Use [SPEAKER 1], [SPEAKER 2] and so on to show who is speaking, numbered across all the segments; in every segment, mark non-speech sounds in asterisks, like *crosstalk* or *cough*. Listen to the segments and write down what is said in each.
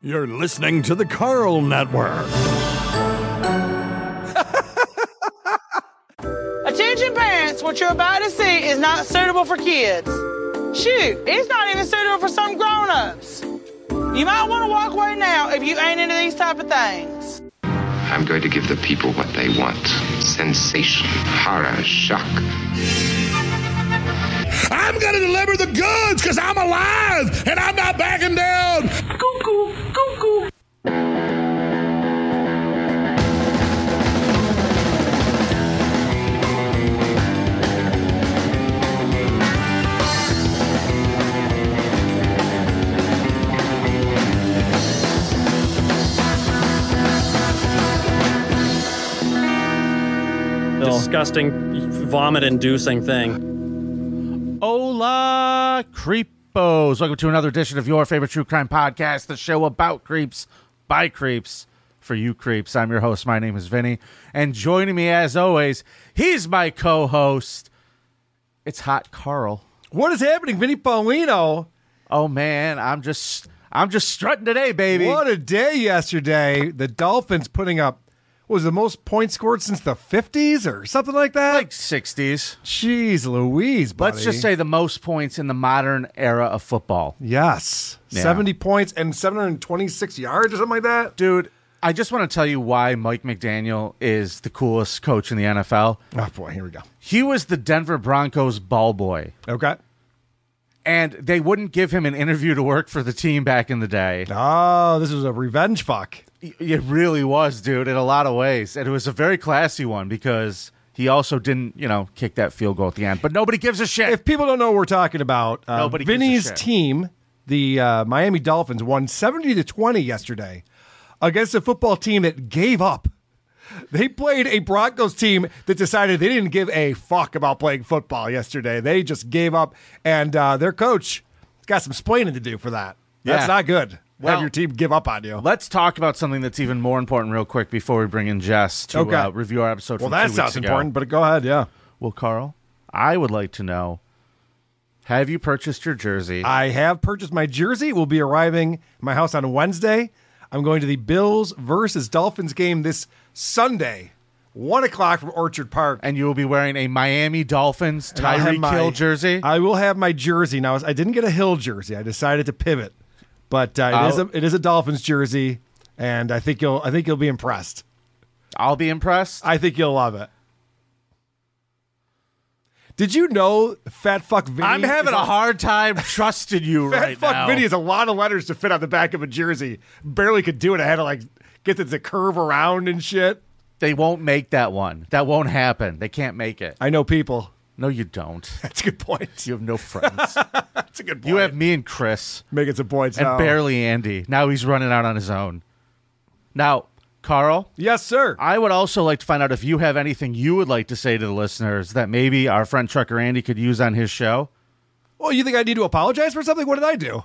[SPEAKER 1] You're listening to the Carl Network.
[SPEAKER 2] Attention parents, what you're about to see is not suitable for kids. Shoot, it's not even suitable for some grown-ups. You might want to walk away now if you ain't into these type of things.
[SPEAKER 3] I'm going to give the people what they want sensation, horror, shock.
[SPEAKER 4] I'm going to deliver the goods because I'm alive and I'm not backing down.
[SPEAKER 5] disgusting, vomit inducing thing.
[SPEAKER 6] Hola, creepos! Welcome to another edition of your favorite true crime podcast, the show about creeps by creeps for you creeps. I'm your host. My name is Vinny, and joining me as always, he's my co-host. It's Hot Carl.
[SPEAKER 7] What is happening, Vinny Paulino?
[SPEAKER 6] Oh man, I'm just I'm just strutting today, baby.
[SPEAKER 7] What a day yesterday. The Dolphins putting up what was the most points scored since the 50s or something like that.
[SPEAKER 6] like 60s.
[SPEAKER 7] jeez, Louise, buddy.
[SPEAKER 6] Let's just say the most points in the modern era of football.
[SPEAKER 7] yes, 70 points and 726 yards or something like that.
[SPEAKER 6] Dude, I just want to tell you why Mike McDaniel is the coolest coach in the NFL.
[SPEAKER 7] Oh boy, here we go.
[SPEAKER 6] He was the Denver Broncos ball boy,
[SPEAKER 7] Okay.
[SPEAKER 6] and they wouldn't give him an interview to work for the team back in the day.
[SPEAKER 7] Oh, this was a revenge fuck.
[SPEAKER 6] Y- It really was, dude, in a lot of ways. And it was a very classy one because he also didn't, you know, kick that field goal at the end. But nobody gives a shit.
[SPEAKER 7] If people don't know what we're talking about, uh,
[SPEAKER 6] Nobody gives a
[SPEAKER 7] Vinny's
[SPEAKER 6] shit.
[SPEAKER 7] team, the uh, Miami Dolphins, won 70 to 20 yesterday against a football team that gave up. They played a Broncos team that decided they didn't give a fuck about playing football yesterday. They just gave up, and uh, their coach got some splaining to do for that. That's
[SPEAKER 6] Yeah.
[SPEAKER 7] not good.
[SPEAKER 6] Well-
[SPEAKER 7] Have your team give up on you.
[SPEAKER 6] Let's talk about something that's even more important, real quick, before we bring in Jess to
[SPEAKER 7] Okay.
[SPEAKER 6] uh, review our episode.
[SPEAKER 7] well,
[SPEAKER 6] from two
[SPEAKER 7] that
[SPEAKER 6] weeks
[SPEAKER 7] sounds
[SPEAKER 6] ago.
[SPEAKER 7] important, but go ahead. Yeah.
[SPEAKER 6] Well, Carl, I would like to know: Have you purchased your jersey?
[SPEAKER 7] I have purchased my jersey. It Will be arriving at my house on Wednesday. I'm going to the Bills versus Dolphins game this Sunday, one o'clock from Orchard Park.
[SPEAKER 6] and you will be wearing a Miami Dolphins
[SPEAKER 7] And I'll have
[SPEAKER 6] Tyree
[SPEAKER 7] my-
[SPEAKER 6] Kill jersey.
[SPEAKER 7] I will have my jersey now. I didn't get a Hill jersey. I decided to pivot, but uh,
[SPEAKER 6] I'll-
[SPEAKER 7] it is a it is a Dolphins jersey, and I think you'll I think you'll be impressed.
[SPEAKER 6] I'll be impressed.
[SPEAKER 7] I think you'll love it. Did you know Fat Fuck Vinny?
[SPEAKER 6] I'm having
[SPEAKER 7] is
[SPEAKER 6] a hard time trusting
[SPEAKER 7] *laughs*
[SPEAKER 6] you
[SPEAKER 7] Fat
[SPEAKER 6] right
[SPEAKER 7] fuck
[SPEAKER 6] now.
[SPEAKER 7] Vinny is a lot of letters to fit on the back of a jersey. Barely could do it. I had to like get it to curve around and shit.
[SPEAKER 6] They won't make that one. That won't happen. They can't make it.
[SPEAKER 7] I know people.
[SPEAKER 6] No, you don't.
[SPEAKER 7] *laughs* That's a good point.
[SPEAKER 6] You have no friends.
[SPEAKER 7] *laughs* That's a good point.
[SPEAKER 6] you have me and Chris
[SPEAKER 7] making some points
[SPEAKER 6] and
[SPEAKER 7] now.
[SPEAKER 6] barely Andy. Now he's running out on his own. Now, Carl,
[SPEAKER 7] Yes, sir.
[SPEAKER 6] I would also like to find out if you have anything you would like to say to the listeners that maybe our friend Trucker Andy could use on his show.
[SPEAKER 7] Well, Oh, you think I need to apologize for something? What did I do?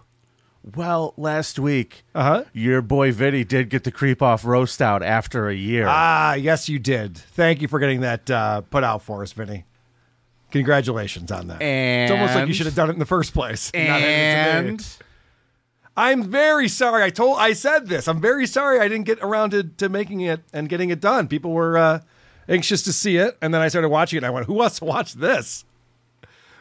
[SPEAKER 6] Well, last week,
[SPEAKER 7] Uh-huh.
[SPEAKER 6] your boy Vinny did get the creep off roast out after a year.
[SPEAKER 7] Ah, yes, you did. Thank you for getting that uh, put out for us, Vinny. Congratulations on that. it's almost like you
[SPEAKER 6] And-
[SPEAKER 7] should have done it in the first place. *laughs* Not that it's a big-
[SPEAKER 6] and
[SPEAKER 7] I'm very sorry. I told I said this. I'm very sorry I didn't get around to, to making it and getting it done. People were uh, anxious to see it, and then I started watching it. and I went, "Who wants to watch this?"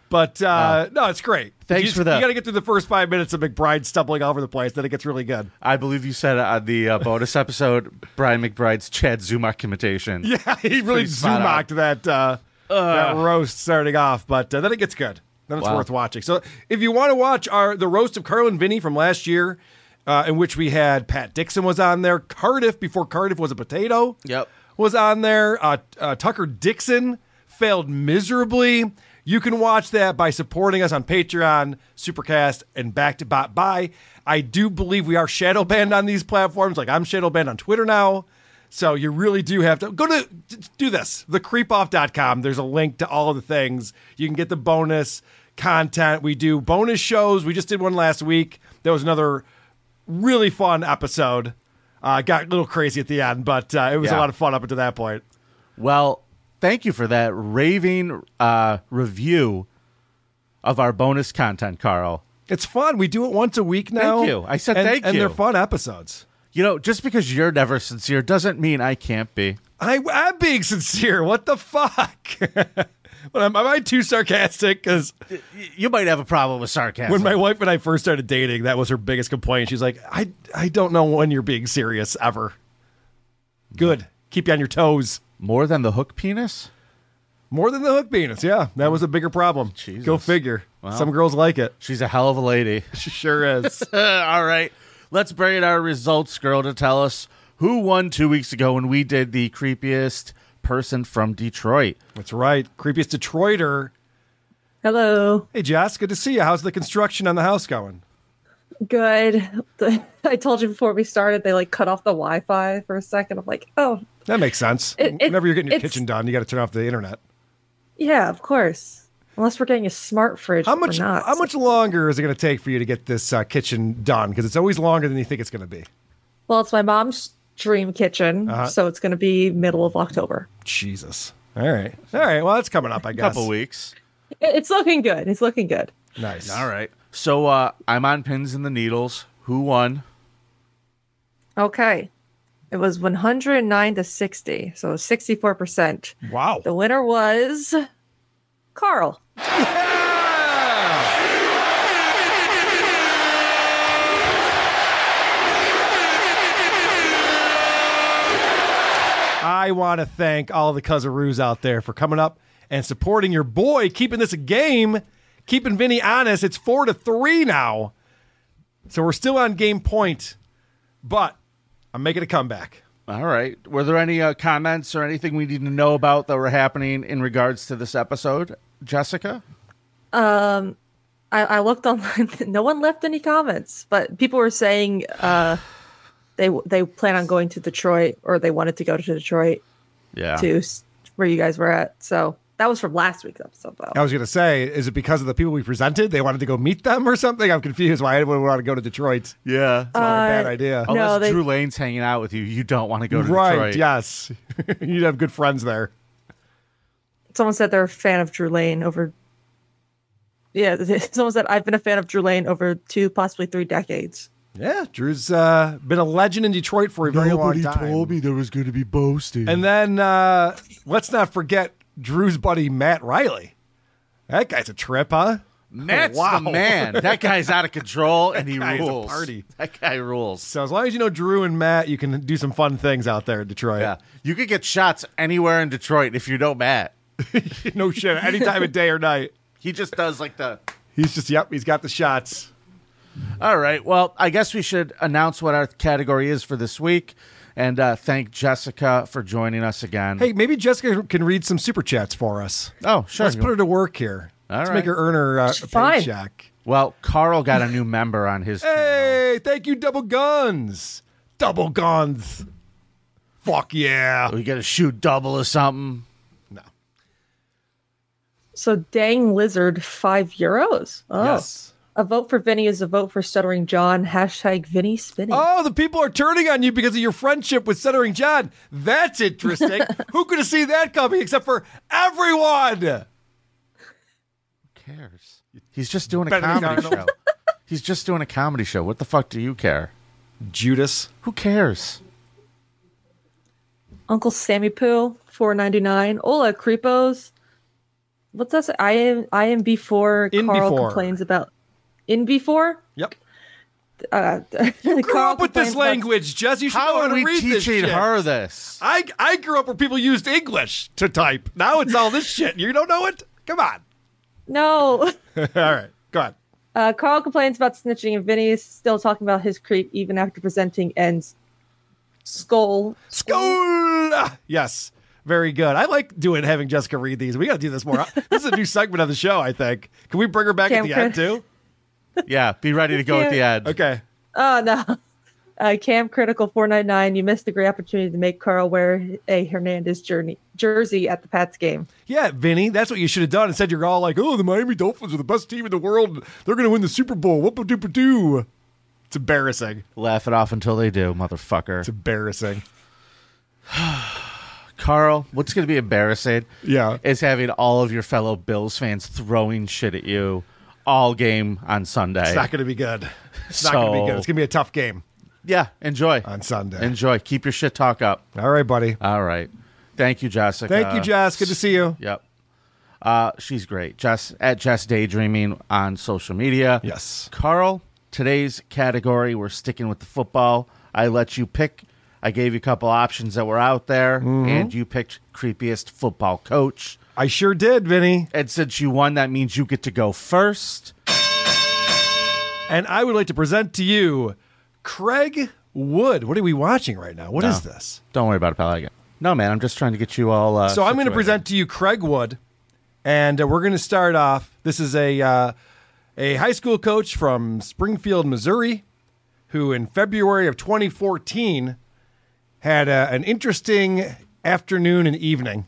[SPEAKER 7] But uh, no, it's great.
[SPEAKER 6] Thanks
[SPEAKER 7] you,
[SPEAKER 6] for that.
[SPEAKER 7] You got to get through the first five minutes of McBride stumbling all over the place, then it gets really good.
[SPEAKER 6] I believe you said on the uh, bonus episode, Brian McBride's Chad Zumach imitation.
[SPEAKER 7] Yeah, *laughs* he really
[SPEAKER 6] pretty spot
[SPEAKER 7] zoomocked that uh, that roast starting off, but uh, then it gets good. Then it's
[SPEAKER 6] Wow.
[SPEAKER 7] worth watching. So if you want to watch our the roast of Carl and Vinny from last year, uh, in which we had Pat Dixon was on there, Cardiff before Cardiff was a potato.
[SPEAKER 6] Yep.
[SPEAKER 7] was on there. Uh, uh, Tucker Dixon failed miserably. You can watch that by supporting us on Patreon, Supercast, and Back to Bot Buy. I do believe we are shadow banned on these platforms. Like I'm shadow banned on Twitter now. So you really do have to go to d- do this, thecreepoff.com. There's a link to all of the things. You can get the bonus content. We do bonus shows. We just did one last week. There was another really fun episode. Uh, got a little crazy at the end, but uh, it was
[SPEAKER 6] Yeah.
[SPEAKER 7] a lot of fun up until that point.
[SPEAKER 6] Well, thank you for that raving uh, review of our bonus content, Carl.
[SPEAKER 7] It's fun. We do it once a week now.
[SPEAKER 6] you. I said
[SPEAKER 7] and,
[SPEAKER 6] thank
[SPEAKER 7] And they're
[SPEAKER 6] you.
[SPEAKER 7] fun episodes.
[SPEAKER 6] You know, just because you're never sincere doesn't mean I
[SPEAKER 7] *laughs*
[SPEAKER 6] can't be.
[SPEAKER 7] I, I'm being sincere. What the fuck? *laughs* but am, am I too sarcastic? Because
[SPEAKER 6] You might have a problem with sarcasm.
[SPEAKER 7] when my wife and I first started dating, that was her biggest complaint. She's like, I, I don't know when you're being serious ever. Good. Keep you on your toes.
[SPEAKER 6] More than the hook penis?
[SPEAKER 7] More than the hook penis. Yeah, that was a bigger problem. Go figure. Some girls like it.
[SPEAKER 6] She's a hell of a lady.
[SPEAKER 7] *laughs* She sure is.
[SPEAKER 6] *laughs* All right. Let's bring in our results girl to tell us who won two weeks ago when we did the creepiest person from Detroit.
[SPEAKER 7] That's right. Creepiest Detroiter.
[SPEAKER 8] Hello.
[SPEAKER 7] Hey, Jess, good to see you. How's the construction on the house going?
[SPEAKER 8] Good. *laughs* I told you before we started, they like cut off the Wi Fi for a second. I'm like, oh,
[SPEAKER 7] That makes sense.
[SPEAKER 8] It- it-
[SPEAKER 7] Whenever you're getting your
[SPEAKER 8] it's-
[SPEAKER 7] kitchen done, you got to turn off the internet.
[SPEAKER 8] yeah, of course. Unless we're getting a smart fridge.
[SPEAKER 7] How
[SPEAKER 8] but we're
[SPEAKER 7] much?
[SPEAKER 8] Not.
[SPEAKER 7] How much longer is it going to take for you to get this uh, kitchen done? Because it's always longer than you think it's going to be.
[SPEAKER 8] Well, it's my mom's dream kitchen.
[SPEAKER 7] Uh-huh.
[SPEAKER 8] So it's going to be middle of October.
[SPEAKER 7] Jesus. All right. All right. Well, that's coming up. I guess.
[SPEAKER 6] Couple weeks.
[SPEAKER 8] It- It's looking good. It's looking good.
[SPEAKER 7] Nice.
[SPEAKER 6] All right. So uh, I'm on pins and the needles. Who won?
[SPEAKER 8] Okay. It was 109 to 60. So 64%.
[SPEAKER 7] Wow.
[SPEAKER 8] The winner was
[SPEAKER 7] *laughs*
[SPEAKER 8] Carl.
[SPEAKER 7] I want to thank all the Cuzzaroos out there for coming up and supporting your boy, keeping this a game, keeping Vinny honest. It's four to three now. So we're still on game point, but I'm making a comeback.
[SPEAKER 6] All right. Were there any uh, comments or anything we need to know about that were happening in regards to this episode, Jessica?
[SPEAKER 8] Um, I, I looked online. *laughs* No one left any comments, but people were saying uh, they they plan on going to Detroit or they wanted to go to Detroit
[SPEAKER 6] Yeah.
[SPEAKER 8] to s- where you guys were at. So that was from last week's episode, though.
[SPEAKER 7] I was going to say, is it because of the people we presented? They wanted to go meet them or something? I'm confused why anyone would want to go to Detroit.
[SPEAKER 6] Yeah.
[SPEAKER 7] Not a
[SPEAKER 6] Uh,
[SPEAKER 7] bad idea.
[SPEAKER 8] no,
[SPEAKER 6] Unless
[SPEAKER 8] they-
[SPEAKER 6] Drew Lane's hanging out with you, you don't want to go to
[SPEAKER 7] right.
[SPEAKER 6] Detroit.
[SPEAKER 7] Yes. *laughs* You'd have good friends there.
[SPEAKER 8] Someone said they're a fan of Drew Lane over. Yeah, *laughs* someone said I've been a fan of Drew Lane over two, possibly three decades.
[SPEAKER 7] Yeah, Drew's uh, been a legend in Detroit for a very long time.
[SPEAKER 6] there was going to be boasting.
[SPEAKER 7] And then uh, let's not forget Drew's buddy Matt Riley. That guy's a trip, huh?
[SPEAKER 6] Matt's
[SPEAKER 7] Wow. *laughs*
[SPEAKER 6] the man. Oh, *laughs* That guy's out of control and he
[SPEAKER 7] guy's a
[SPEAKER 6] rules.
[SPEAKER 7] party.
[SPEAKER 6] That guy rules.
[SPEAKER 7] So as long as you know Drew and Matt, you can do some fun things out there in Detroit.
[SPEAKER 6] Yeah. You could get shots anywhere in Detroit if you know Matt.
[SPEAKER 7] *laughs* no shit, any time of day or night.
[SPEAKER 6] He just does like the.
[SPEAKER 7] He's just yep, he's got the shots.
[SPEAKER 6] All right. Well, I guess we should announce what our category is for this week and uh, thank Jessica for joining us again.
[SPEAKER 7] Hey, maybe Jessica can read some super chats for us.
[SPEAKER 6] Oh, sure.
[SPEAKER 7] Let's put her to work here.
[SPEAKER 6] All
[SPEAKER 7] Let's
[SPEAKER 6] right.
[SPEAKER 7] make her earn her uh,
[SPEAKER 8] Fine.
[SPEAKER 7] paycheck.
[SPEAKER 6] Well, Carl got a new member on his.
[SPEAKER 7] Hey, thank you, Double Guns. Double Guns. Fuck yeah.
[SPEAKER 6] We got to shoot double or something.
[SPEAKER 8] So dang lizard, five euros. Oh,
[SPEAKER 7] Yes.
[SPEAKER 8] a vote for Vinny is a vote for stuttering John. Hashtag Vinny Spinny.
[SPEAKER 7] Oh, the people are turning on you because of your friendship with Stuttering John. That's
[SPEAKER 6] *laughs*
[SPEAKER 7] interesting. Who could have seen that coming except for everyone?
[SPEAKER 6] Who cares? He's just doing a
[SPEAKER 7] Better than
[SPEAKER 6] comedy show.
[SPEAKER 7] Cardinal.
[SPEAKER 6] He's just doing a comedy show. What the fuck do you care?
[SPEAKER 7] Judas.
[SPEAKER 6] Who cares?
[SPEAKER 8] Uncle Sammy Poo, four ninety nine. Ola Creepos. What's that? Say? I am I am before
[SPEAKER 7] In
[SPEAKER 8] Carl
[SPEAKER 7] before.
[SPEAKER 8] complains about in before.
[SPEAKER 7] Yep.
[SPEAKER 8] Uh, *laughs* you
[SPEAKER 7] Grew up with this language, Jess. You should know
[SPEAKER 6] How
[SPEAKER 7] how
[SPEAKER 6] are
[SPEAKER 7] to
[SPEAKER 6] we
[SPEAKER 7] read this
[SPEAKER 6] teaching
[SPEAKER 7] shit.
[SPEAKER 6] her this?
[SPEAKER 7] I, I grew up where people used English to type. Now it's all this shit. You don't know it? *laughs* Come on.
[SPEAKER 8] No.
[SPEAKER 7] all right. Go on.
[SPEAKER 8] Uh, Carl complains about snitching, and Vinny is still talking about his creep even after presenting ends. Skull. Oh,
[SPEAKER 7] School. *laughs* Yes. Very good. I like doing having Jessica read these. We got to do this more. this is a new segment of the show, I think. Can we bring her back at the
[SPEAKER 8] Cam
[SPEAKER 7] end, too?
[SPEAKER 6] yeah, be ready to go at the end.
[SPEAKER 7] Okay.
[SPEAKER 8] Oh no. Uh, Cam Critical 499, you missed a great opportunity to make Carl wear a Hernandez journey, jersey at the Pats game.
[SPEAKER 7] Yeah, Vinny, that's what you should have done. Instead, you're all like, oh, the Miami Dolphins are the best team in the world. They're going to win the Super Bowl. Whoop a doop doo. It's embarrassing.
[SPEAKER 6] Laugh it off until they do, motherfucker.
[SPEAKER 7] It's embarrassing.
[SPEAKER 6] *sighs* Carl, what's going to be embarrassing
[SPEAKER 7] Yeah.
[SPEAKER 6] is having all of your fellow Bills fans throwing shit at you all game on Sunday.
[SPEAKER 7] It's not going to be good. It's not going to be
[SPEAKER 6] So-
[SPEAKER 7] good. It's going to be a tough game.
[SPEAKER 6] yeah, enjoy
[SPEAKER 7] On Sunday.
[SPEAKER 6] Enjoy. Keep your shit talk up.
[SPEAKER 7] All right, buddy.
[SPEAKER 6] All right. Thank you, Jessica.
[SPEAKER 7] Thank you, Jess. Good to see you.
[SPEAKER 6] uh, Yep. Uh, she's great. Jess at Jess Daydreaming on social media.
[SPEAKER 7] Yes.
[SPEAKER 6] Carl, today's category, we're sticking with the football. I let you pick. I gave you a couple options that were out there, and you picked creepiest football coach.
[SPEAKER 7] Mm-hmm. I sure did, Vinny.
[SPEAKER 6] And since you won, that means you get to go first.
[SPEAKER 7] And I would like to present to you Craig Wood. What are we watching right now? What is this?
[SPEAKER 6] Don't worry about it, pal. I like it. No, man, I'm just trying to get you all. Uh,
[SPEAKER 7] So I'm going to
[SPEAKER 6] situated.
[SPEAKER 7] present to you Craig Wood, and uh, we're going to start off. This is a uh, a high school coach from Springfield, Missouri, who in February of 2014 had uh, an interesting afternoon and evening.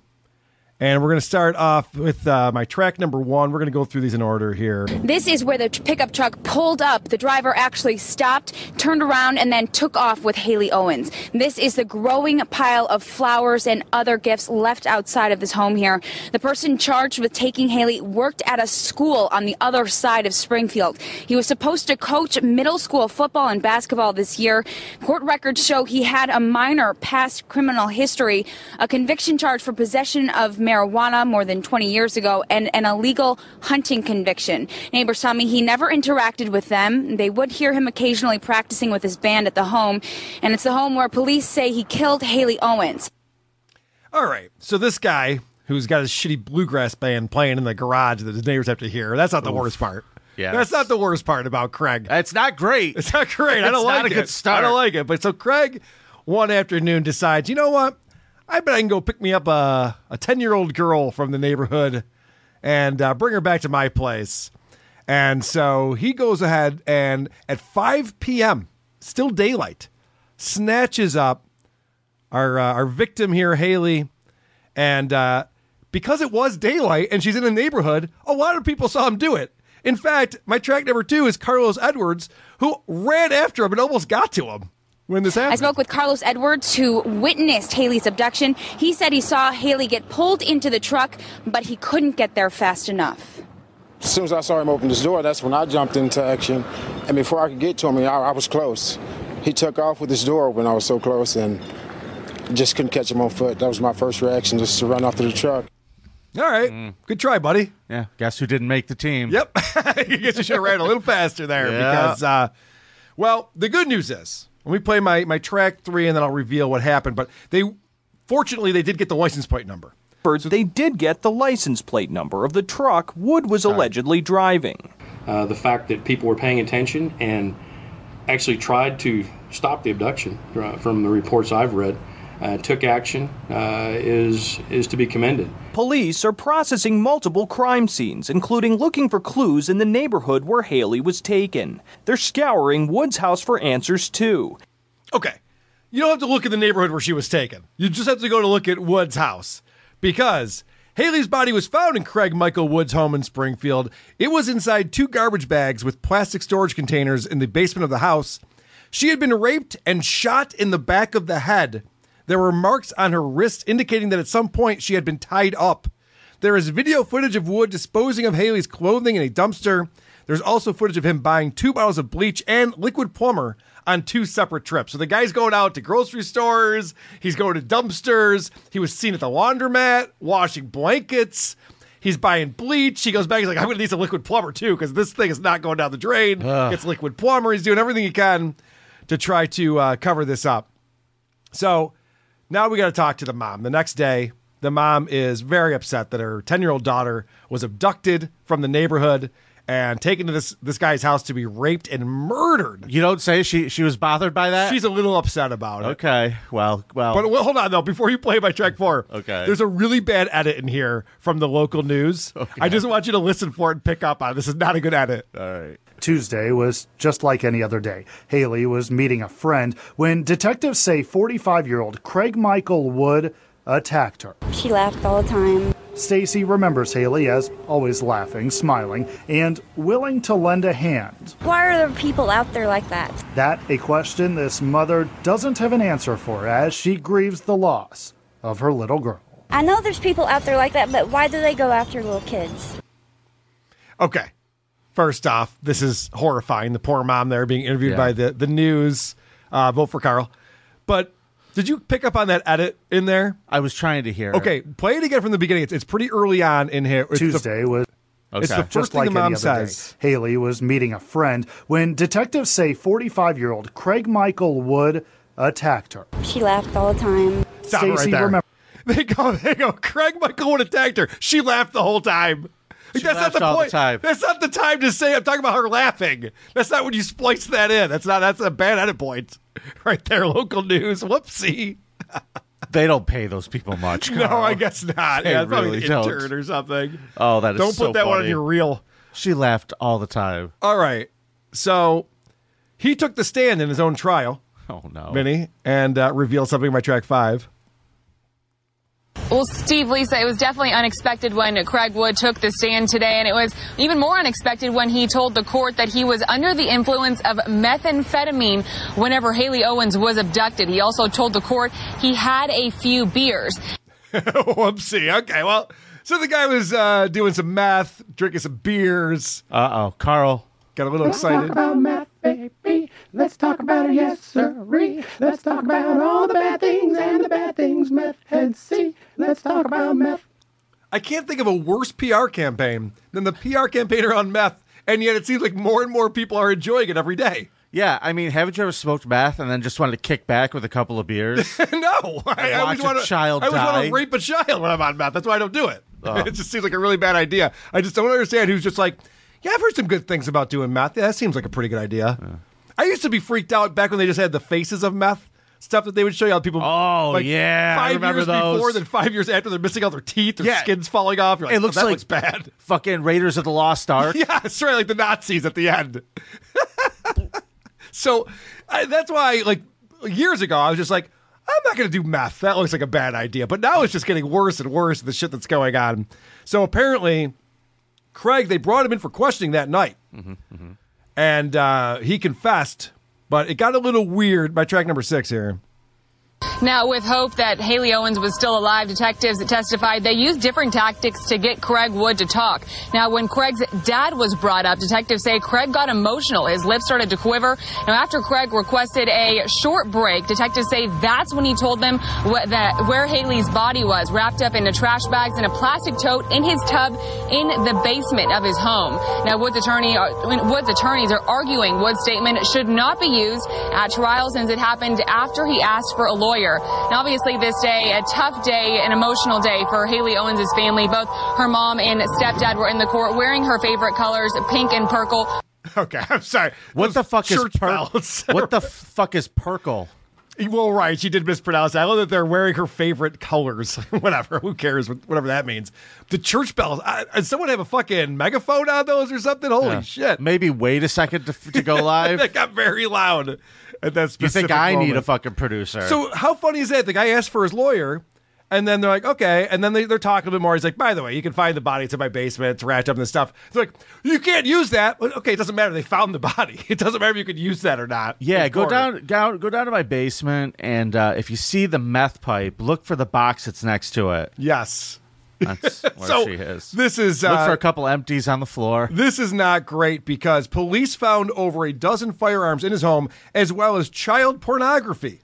[SPEAKER 7] And we're going to start off with uh, my track number one. We're going to go through these in order here.
[SPEAKER 9] This is where the pickup truck pulled up. The driver actually stopped, turned around, and then took off with Haley Owens. This is the growing pile of flowers and other gifts left outside of this home here. The person charged with taking Haley worked at a school on the other side of Springfield. He was supposed to coach middle school football and basketball this year. Court records show he had a minor past criminal history, a conviction charge for possession of marijuana more than 20 years ago, and an illegal hunting conviction. Neighbors tell me he never interacted with them. They would hear him occasionally practicing with his band at the home, and it's the home where police say he killed Haley Owens.
[SPEAKER 7] All right. So this guy who's got his shitty bluegrass band playing in the garage that his neighbors have to hear. That's not the worst part.
[SPEAKER 6] Yeah.
[SPEAKER 7] That's not the worst part about Craig.
[SPEAKER 6] It's not great.
[SPEAKER 7] It's not great. I
[SPEAKER 6] It's
[SPEAKER 7] don't like
[SPEAKER 6] not a
[SPEAKER 7] it.
[SPEAKER 6] good start.
[SPEAKER 7] I don't like it. But so Craig, one afternoon, decides, you know what? I bet I can go pick me up a a ten year old girl from the neighborhood and uh, bring her back to my place. And so he goes ahead and at five p.m., still daylight, snatches up our uh, our victim here, Haley, and uh, because it was daylight and she's in the neighborhood, a lot of people saw him do it. In fact, my track number two is Carlos Edwards, who ran after him and almost got to him when this happened.
[SPEAKER 9] I spoke with Carlos Edwards, who witnessed Haley's abduction. He said he saw Haley get pulled into the truck, but he couldn't get there fast enough.
[SPEAKER 10] As soon as I saw him open this door, that's when I jumped into action. And before I could get to him, I, I was close. He took off with his door open. I was so close and just couldn't catch him on foot. That was my first reaction, just to run off to the truck.
[SPEAKER 7] All right, good try, buddy.
[SPEAKER 6] Mm. yeah. Guess who didn't make the team?
[SPEAKER 7] Yep, *laughs* I guess you should have ran a little faster there
[SPEAKER 6] Yeah.
[SPEAKER 7] because, uh, well, the good news is let me play my my track three and then I'll reveal what happened. But they, fortunately, they did get the license plate number.
[SPEAKER 11] They did get the license plate number of the truck Wood was allegedly driving.
[SPEAKER 5] Uh, the fact that people were paying attention and actually tried to stop the abduction uh, from the reports I've read, uh, took action uh, is is to be commended.
[SPEAKER 11] Police are processing multiple crime scenes, including looking for clues in the neighborhood where Haley was taken. They're scouring Wood's house for answers, too.
[SPEAKER 7] Okay. You don't have to look at the neighborhood where she was taken. You just have to go to look at Wood's house because Haley's body was found in Craig Michael Wood's home in Springfield. It was inside two garbage bags with plastic storage containers in the basement of the house. She had been raped and shot in the back of the head. There were marks on her wrist indicating that at some point she had been tied up. There is video footage of Wood disposing of Haley's clothing in a dumpster. There's also footage of him buying two bottles of bleach and liquid plumber on two separate trips. So the guy's going out to grocery stores, he's going to dumpsters, he was seen at the laundromat, washing blankets. He's buying bleach. He goes back. He's like, I'm going to need some liquid plumber too, because this thing is not going down the drain. It's liquid plumber. He's doing everything he can to try to uh, cover this up. So now we got to talk to the mom. The next day, the mom is very upset that her 10 year old daughter was abducted from the neighborhood and taken to this, this guy's house to be raped and murdered.
[SPEAKER 6] You don't say she she was bothered by that.
[SPEAKER 7] She's a little upset about it.
[SPEAKER 6] okay. Well, well.
[SPEAKER 7] But well, hold on though. Before you play my track four,
[SPEAKER 6] Okay.
[SPEAKER 7] There's a really bad edit in here from the local news. I just want you to listen for it and pick up on. it. This is not a good edit.
[SPEAKER 10] Tuesday was just like any other day. Haley was meeting a friend when detectives say 45 year old Craig Michael Wood attacked her.
[SPEAKER 9] She laughed all the time.
[SPEAKER 10] Stacy remembers Haley as always laughing, smiling, and willing to lend a hand.
[SPEAKER 9] Why are there people out there like that?
[SPEAKER 10] That a question this mother doesn't have an answer for as she grieves the loss of her little girl.
[SPEAKER 9] I know there's people out there like that, but why do they go after little kids?
[SPEAKER 7] Okay. First off, this is horrifying. The poor mom there being interviewed
[SPEAKER 6] Yeah.
[SPEAKER 7] by the the news. Uh, vote for Carl. But did you pick up on that edit in there?
[SPEAKER 6] I was trying to hear.
[SPEAKER 7] Okay, play it again from the beginning. It's, it's pretty early *laughs* on in here. It's the-
[SPEAKER 12] Tuesday was.
[SPEAKER 7] It's the first
[SPEAKER 12] Just
[SPEAKER 7] thing
[SPEAKER 12] like
[SPEAKER 7] the mom
[SPEAKER 12] any other day,
[SPEAKER 7] says.
[SPEAKER 12] Haley was meeting a friend when detectives say 45 year old Craig Michael Wood attacked her.
[SPEAKER 13] She laughed all the time.
[SPEAKER 7] Stop it right there. They go, they go. Craig Michael would attacked her. She laughed the whole time. Like, That's not
[SPEAKER 6] laughs
[SPEAKER 7] the
[SPEAKER 6] all the
[SPEAKER 7] point.
[SPEAKER 6] time.
[SPEAKER 7] That's not the time to say. I'm talking about her laughing. That's not when you splice that in. That's not. That's a bad edit point, *laughs* right there. Local news. Whoopsie.
[SPEAKER 6] They don't pay those people
[SPEAKER 7] *laughs*
[SPEAKER 6] much.
[SPEAKER 7] No,
[SPEAKER 6] Carl.
[SPEAKER 7] I guess not.
[SPEAKER 6] They
[SPEAKER 7] yeah, it's probably
[SPEAKER 6] really
[SPEAKER 7] an
[SPEAKER 6] don't.
[SPEAKER 7] intern or something.
[SPEAKER 6] Oh, that is
[SPEAKER 7] Don't put
[SPEAKER 6] so
[SPEAKER 7] that one on
[SPEAKER 6] funny.
[SPEAKER 7] your reel.
[SPEAKER 6] She laughed all the time.
[SPEAKER 7] All right. So he took the stand in his own trial,
[SPEAKER 6] Oh no,
[SPEAKER 7] Vinny, and uh, revealed something by track five.
[SPEAKER 14] Well, Steve, Lisa, it was definitely unexpected when Craig Wood took the stand today, and it was even more unexpected when he told the court that he was under the influence of methamphetamine whenever Haley Owens was abducted. He also told the court he had a few beers.
[SPEAKER 7] *laughs* Whoopsie. Okay. Well, so the guy was uh, doing some math, drinking some beers.
[SPEAKER 6] Uh oh, Carl
[SPEAKER 7] got a little excited.
[SPEAKER 15] Let's talk about her, yes, sirree. Let's talk about all the bad things and the bad things meth heads see. Let's talk about meth.
[SPEAKER 7] I can't think of a worse PR campaign than the PR campaign around meth, and yet it seems like more and more people are enjoying it every day.
[SPEAKER 6] Yeah, I mean, haven't you ever smoked meth and then just wanted to kick back with a couple
[SPEAKER 7] *laughs*
[SPEAKER 6] of beers?
[SPEAKER 7] no, I, I always
[SPEAKER 6] watch a
[SPEAKER 7] want to
[SPEAKER 6] child
[SPEAKER 7] I always want
[SPEAKER 6] die. Oh.
[SPEAKER 7] to rape a child when I'm on meth. That's why I don't do it. *laughs*
[SPEAKER 6] Ugh.
[SPEAKER 7] It just seems like a really bad idea. I just don't understand who's just like, yeah, I've heard some good things about doing meth. Yeah, that seems like a pretty good idea. I used to be freaked out back when they just had the faces of meth stuff that they would show you how people.
[SPEAKER 6] Oh
[SPEAKER 7] like,
[SPEAKER 6] yeah, I
[SPEAKER 7] five
[SPEAKER 6] remember
[SPEAKER 7] years
[SPEAKER 6] those.
[SPEAKER 7] before, then five years after they're missing all their teeth, their
[SPEAKER 6] Yeah.
[SPEAKER 7] skin's falling off. You're like,
[SPEAKER 6] it looks
[SPEAKER 7] "Oh, that
[SPEAKER 6] like
[SPEAKER 7] looks bad. *laughs*
[SPEAKER 6] Fucking Raiders of the Lost Ark.
[SPEAKER 7] Yeah, that's right, like the Nazis at the end. *laughs* so I, that's why, like years ago, I was just like, I'm not going to do meth. That looks like a bad idea. But now it's just getting worse and worse. The shit that's going on. So apparently, Craig, they brought him in for questioning that night, mm-hmm. and uh, he confessed. But it got a little weird by track number six here.
[SPEAKER 14] Now, with hope that Haley Owens was still alive, detectives that testified they used different tactics to get Craig Wood to talk. Now, when Craig's dad was brought up, detectives say Craig got emotional. His lips started to quiver. Now, after Craig requested a short break, detectives say that's when he told them wh- that where Haley's body was, wrapped up in a trash bags and a plastic tote in his tub in the basement of his home. Now, Wood's attorney, uh, Wood's attorneys are arguing Wood's statement should not be used at trial since it happened after he asked for a lawyer. Now, obviously, this day, a tough day, an emotional day for Haley Owens' family. Both her mom and stepdad were in the court wearing her favorite colors, pink and purple.
[SPEAKER 7] Okay, I'm sorry.
[SPEAKER 6] What the fuck is
[SPEAKER 7] church
[SPEAKER 6] perk? *laughs* What the fuck is Perkle?
[SPEAKER 7] Well, right. She did mispronounce it. I love that they're wearing her favorite colors. *laughs* whatever. Who cares? what- Whatever that means. The church bells. I, I- someone have a fucking megaphone on those or something? Holy
[SPEAKER 6] Yeah.
[SPEAKER 7] shit.
[SPEAKER 6] Maybe wait a second to, to go
[SPEAKER 7] *laughs*
[SPEAKER 6] live.
[SPEAKER 7] that got very loud at that
[SPEAKER 6] you
[SPEAKER 7] specific
[SPEAKER 6] think I
[SPEAKER 7] moment.
[SPEAKER 6] need a fucking producer?
[SPEAKER 7] So how funny is that? The guy asked for his lawyer, and then they're like, okay. And then they, they're talking a bit more. He's like, by the way, you can find the body. It's in my basement. It's wrapped up in this stuff. It's like, you can't use that. Well, Okay, it doesn't matter. They found the body. *laughs* It doesn't matter if you could use that or not.
[SPEAKER 6] yeah,
[SPEAKER 7] In
[SPEAKER 6] go
[SPEAKER 7] court.
[SPEAKER 6] down, go go down to my basement, and uh, if you see the meth pipe, look for the box that's next to it.
[SPEAKER 7] Yes,
[SPEAKER 6] *laughs* that's where
[SPEAKER 7] So,
[SPEAKER 6] she is.
[SPEAKER 7] this is,
[SPEAKER 6] look
[SPEAKER 7] uh,
[SPEAKER 6] for a couple empties on the floor.
[SPEAKER 7] This is not great because police found over a dozen firearms in his home, as well as child pornography.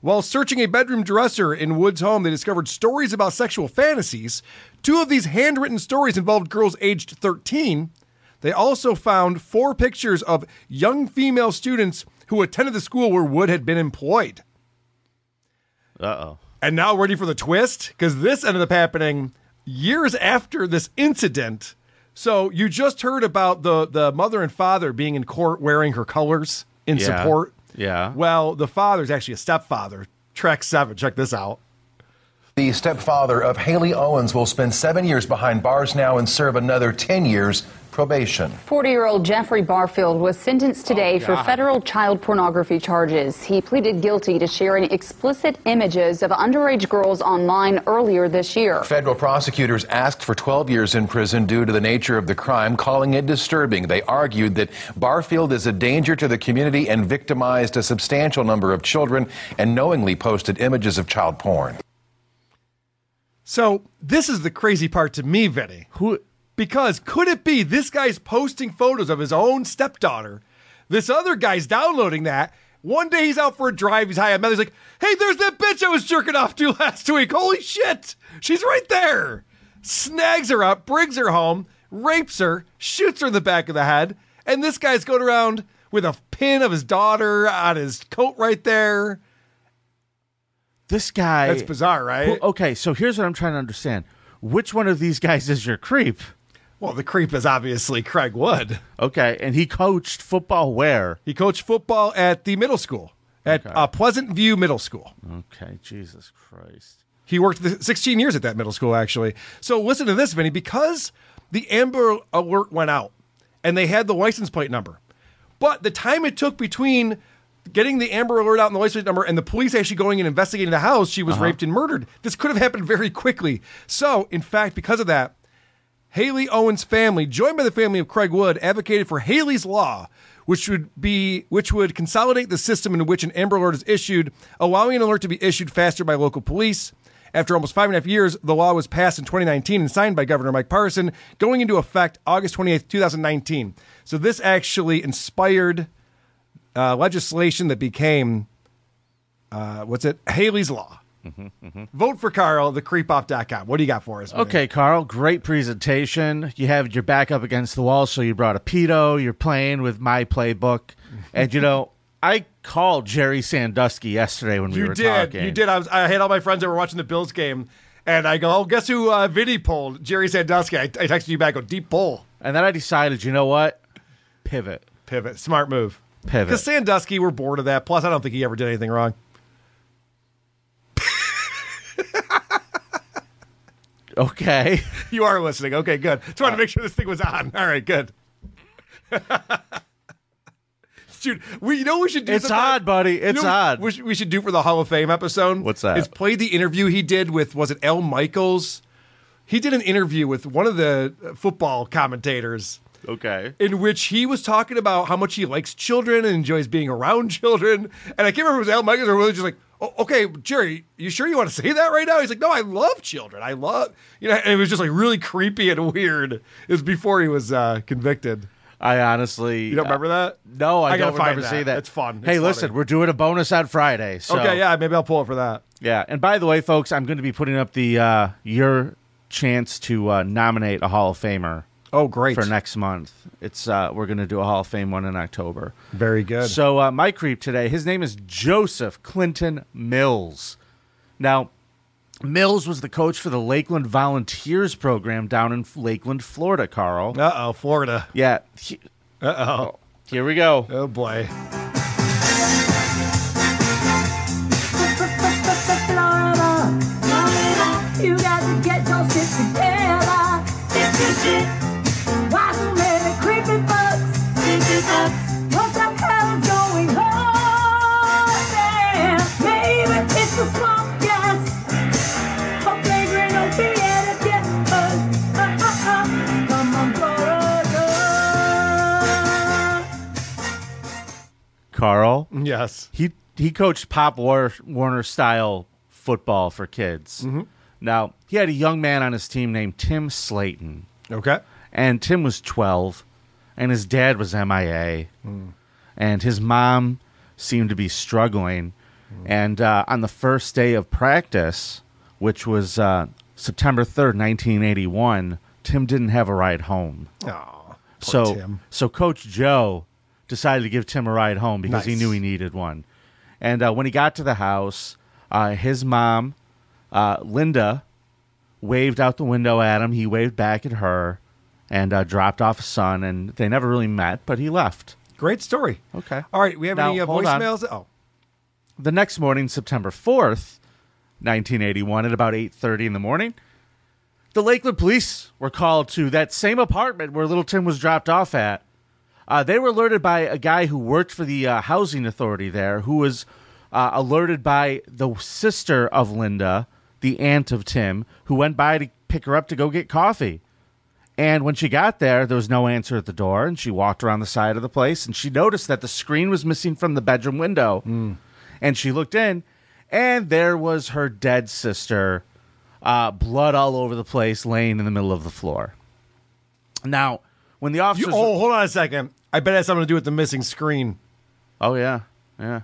[SPEAKER 7] While searching a bedroom dresser in Wood's home, they discovered stories about sexual fantasies. Two of these handwritten stories involved girls aged 13. They also found four pictures of young female students who attended the school where Wood had been employed.
[SPEAKER 6] Uh oh.
[SPEAKER 7] And now, ready for the twist? Because this ended up happening years after this incident. So you just heard about the the mother and father being in court wearing her colors in
[SPEAKER 6] Yeah.
[SPEAKER 7] support.
[SPEAKER 6] Yeah.
[SPEAKER 7] Well, the father's actually a stepfather. Track seven. Check this out.
[SPEAKER 16] The stepfather of Haley Owens will spend seven years behind bars now and serve another 10 years probation.
[SPEAKER 17] 40 year old Jeffrey Barfield was sentenced today for
[SPEAKER 16] God.
[SPEAKER 17] federal child pornography charges. He pleaded guilty to sharing explicit images of underage girls online earlier this year.
[SPEAKER 16] Federal prosecutors asked for 12 years in prison due to the nature of the crime, calling it disturbing. They argued that Barfield is a danger to the community and victimized a substantial number of children and knowingly posted images of child porn.
[SPEAKER 7] So this is the crazy part to me, Vinny.
[SPEAKER 6] Who
[SPEAKER 7] Because could it be this guy's posting photos of his own stepdaughter? This other guy's downloading that. One day he's out for a drive, he's high on meth. He's like, hey, there's that bitch I was jerking off to *laughs* last week. Holy shit. She's right there. Snags her up, brings her home, rapes her, shoots her in the back of the head. And this guy's going around with a pin of his daughter on his coat right there.
[SPEAKER 6] This guy.
[SPEAKER 7] That's bizarre, right?
[SPEAKER 6] Who- okay, so here's what I'm trying to understand. Which one of these guys is your creep?
[SPEAKER 7] Well, the creep is obviously Craig Wood.
[SPEAKER 6] Okay, and he coached football where?
[SPEAKER 7] He coached football at the middle school, at uh, Pleasant View Middle School.
[SPEAKER 6] Okay, Jesus Christ.
[SPEAKER 7] He worked the 16 years at that middle school, actually. So listen to this, Vinny, because the Amber Alert went out and they had the license plate number, but the time it took between getting the Amber Alert out and the license plate number and the police actually going and investigating the house she was
[SPEAKER 6] Uh-huh.
[SPEAKER 7] raped and murdered, this could have happened very quickly. So, in fact, because of that, Haley Owens' family, joined by the family of Craig Wood, advocated for Haley's Law, which would be which would consolidate the system in which an Amber Alert is issued, allowing an alert to be issued faster by local police. After almost five and a half years, the law was passed in 2019 and signed by Governor Mike Parson, going into effect August 28, 2019. So this actually inspired uh, legislation that became uh, what's it? Haley's Law.
[SPEAKER 6] Mm-hmm,
[SPEAKER 7] Vote for Carl, the creepoff.com. What do you got for us? man?
[SPEAKER 6] Okay, Carl, great presentation. You have your back up against the wall, so you brought a pedo. You're playing with
[SPEAKER 7] *laughs*
[SPEAKER 6] my playbook. and, you know, I called Jerry Sandusky yesterday when we
[SPEAKER 7] you
[SPEAKER 6] were
[SPEAKER 7] did.
[SPEAKER 6] talking.
[SPEAKER 7] You did. I was. I had all my friends that were watching the Bills game, and I go, "Oh, guess who? Uh, Vinny polled Jerry Sandusky." I, I texted you back, "Go deep poll."
[SPEAKER 6] And then I decided, you know what? Pivot.
[SPEAKER 7] Pivot. Smart move.
[SPEAKER 6] Pivot.
[SPEAKER 7] Because Sandusky, we're bored of that. Plus, I don't think he ever did anything wrong.
[SPEAKER 6] Okay. *laughs*
[SPEAKER 7] *laughs*
[SPEAKER 6] Uh,
[SPEAKER 7] you are listening. Okay, good. Just wanted to make sure this thing was on. All right, good. *laughs* Dude, we you know what we should do.
[SPEAKER 6] It's
[SPEAKER 7] sometime?
[SPEAKER 6] odd, buddy.
[SPEAKER 7] You know
[SPEAKER 6] It's
[SPEAKER 7] what
[SPEAKER 6] odd.
[SPEAKER 7] We should, we should do for the Hall of Fame episode. What's
[SPEAKER 6] that?
[SPEAKER 7] Is play the interview he did with was it L. Michaels? He did an interview with one of the uh, football commentators.
[SPEAKER 6] Okay.
[SPEAKER 7] In which he was talking about how much he likes children and enjoys being around *laughs* children. And I can't remember if it was Al Michaels or really just like, oh, okay, Jerry, you sure you want to say that right now? He's like, no, I love children. I love, you know, and it was just like really creepy and weird. It was before he was uh, convicted.
[SPEAKER 6] I honestly. uh,
[SPEAKER 7] You don't remember that?
[SPEAKER 6] No, I,
[SPEAKER 7] I gotta
[SPEAKER 6] don't
[SPEAKER 7] find
[SPEAKER 6] remember
[SPEAKER 7] that.
[SPEAKER 6] seeing that.
[SPEAKER 7] It's fun. It's
[SPEAKER 6] hey,
[SPEAKER 7] funny.
[SPEAKER 6] listen, we're doing a bonus on Friday. So.
[SPEAKER 7] Okay, yeah, maybe I'll pull it for that.
[SPEAKER 6] Yeah, and by the way, folks, I'm going to be putting up the uh, your chance to uh, nominate a Hall of Famer.
[SPEAKER 7] Oh, great!
[SPEAKER 6] For next month, it's uh, we're going to do a Hall of Fame one in October.
[SPEAKER 7] Very good.
[SPEAKER 6] So uh, my creep today, his name is Joseph Clinton Mills. Now, Mills was the coach for the Lakeland Volunteers program down in Lakeland, Florida. Carl.
[SPEAKER 7] Uh oh, Florida.
[SPEAKER 6] Yeah.
[SPEAKER 7] Uh oh.
[SPEAKER 6] Here we go.
[SPEAKER 7] Oh boy.
[SPEAKER 13] Florida, Florida, you got to get your shit together. Fix your shit. Why so many creepy bugs? Creepy bugs. What the hell is going on there? Maybe it's a swamp gas. But flagrant will be at it yet. Buzz. Uh, uh, uh. Come on, Florida.
[SPEAKER 6] Carl.
[SPEAKER 7] Yes.
[SPEAKER 6] He he coached Pop War- Warner style football for kids.
[SPEAKER 7] Mm-hmm.
[SPEAKER 6] Now he had a young man on his team named Tim Slayton.
[SPEAKER 7] Okay.
[SPEAKER 6] And Tim was twelve, and his dad was MIA,
[SPEAKER 7] Mm.
[SPEAKER 6] and his mom seemed to be struggling.
[SPEAKER 7] Mm.
[SPEAKER 6] And uh, on the first day of practice, which was uh, September third, nineteen eighty one, Tim didn't have a ride home.
[SPEAKER 7] Oh.
[SPEAKER 6] So so Coach Joe decided to give Tim a ride home because he
[SPEAKER 7] Nice.
[SPEAKER 6] knew he needed one. And uh, when he got to the house, uh, his mom, uh, Linda, waved out the window at him. He waved back at her, and uh, dropped off his son. And they never really met, but he left.
[SPEAKER 7] Great story.
[SPEAKER 6] Okay.
[SPEAKER 7] All right, we have
[SPEAKER 6] Now,
[SPEAKER 7] any uh,
[SPEAKER 6] hold on.
[SPEAKER 7] voicemails? Oh.
[SPEAKER 6] The next morning, September 4th, 1981, at about 8.30 in the morning, the Lakeland police were called to that same apartment where little Tim was dropped off at. Uh, they were alerted by a guy who worked for the uh, housing authority there, who was uh, alerted by the sister of Linda, the aunt of Tim, who went by to pick her up to go get coffee. And when she got there, there was no answer at the door, and she walked around the side of the place and she noticed that the screen was missing from the bedroom window. And she looked in, and there was her dead sister, uh, blood all over the place, laying in the middle of the floor. Now, when the officers.
[SPEAKER 7] oh, hold on a second. I bet it has something to do with the missing screen.
[SPEAKER 6] Oh yeah, yeah.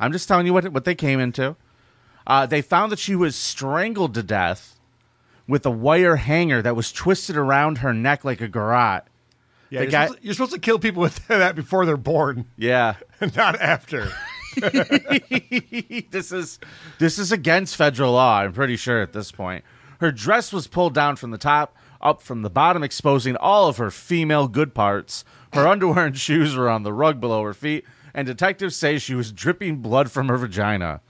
[SPEAKER 6] I'm just telling you what what they came into. Uh, they found that she was strangled to death with a wire hanger that was twisted around her neck like a garrote.
[SPEAKER 7] Yeah,
[SPEAKER 6] The
[SPEAKER 7] you're,
[SPEAKER 6] guy-
[SPEAKER 7] supposed to, you're supposed to kill people *laughs* with that before they're born, *laughs*
[SPEAKER 6] yeah.
[SPEAKER 7] not after. *laughs*
[SPEAKER 6] *laughs* this is this is against federal law, I'm pretty sure at this point. Her dress was pulled down from the top, up from the bottom, exposing all of her female good parts. *laughs* Her underwear and shoes were on the rug below her feet, and detectives say she was dripping blood from her vagina.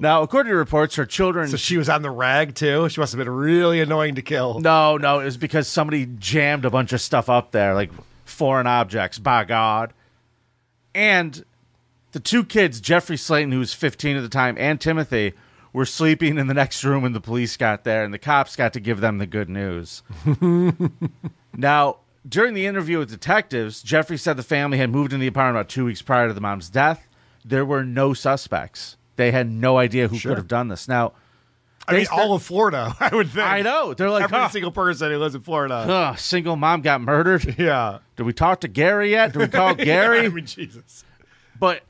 [SPEAKER 6] Now, according to reports, her children.
[SPEAKER 7] So she was on the rag too. She must have been really annoying to kill.
[SPEAKER 6] No, no, it was because somebody jammed a bunch of stuff up there, like foreign objects, by God. And the two kids, Jeffrey Slayton, who was 15 at the time, and Timothy, were sleeping in the next room when the police got there, and the cops got to give them the good news.
[SPEAKER 7] *laughs*
[SPEAKER 6] Now, during the interview with detectives, Jeffrey said the family had moved into the apartment about two weeks prior to the mom's death. There were no suspects. They had no idea who could have done this. Now,
[SPEAKER 7] I mean,
[SPEAKER 6] they-
[SPEAKER 7] all of Florida. I would think.
[SPEAKER 6] I know. They're like,
[SPEAKER 7] every
[SPEAKER 6] huh.
[SPEAKER 7] single person who lives in Florida.
[SPEAKER 6] Ugh, single mom got murdered.
[SPEAKER 7] Yeah.
[SPEAKER 6] Did we talk to Gary yet? Did
[SPEAKER 7] *laughs*
[SPEAKER 6] we call
[SPEAKER 7] Yeah,
[SPEAKER 6] Gary?
[SPEAKER 7] I mean, Jesus.
[SPEAKER 6] But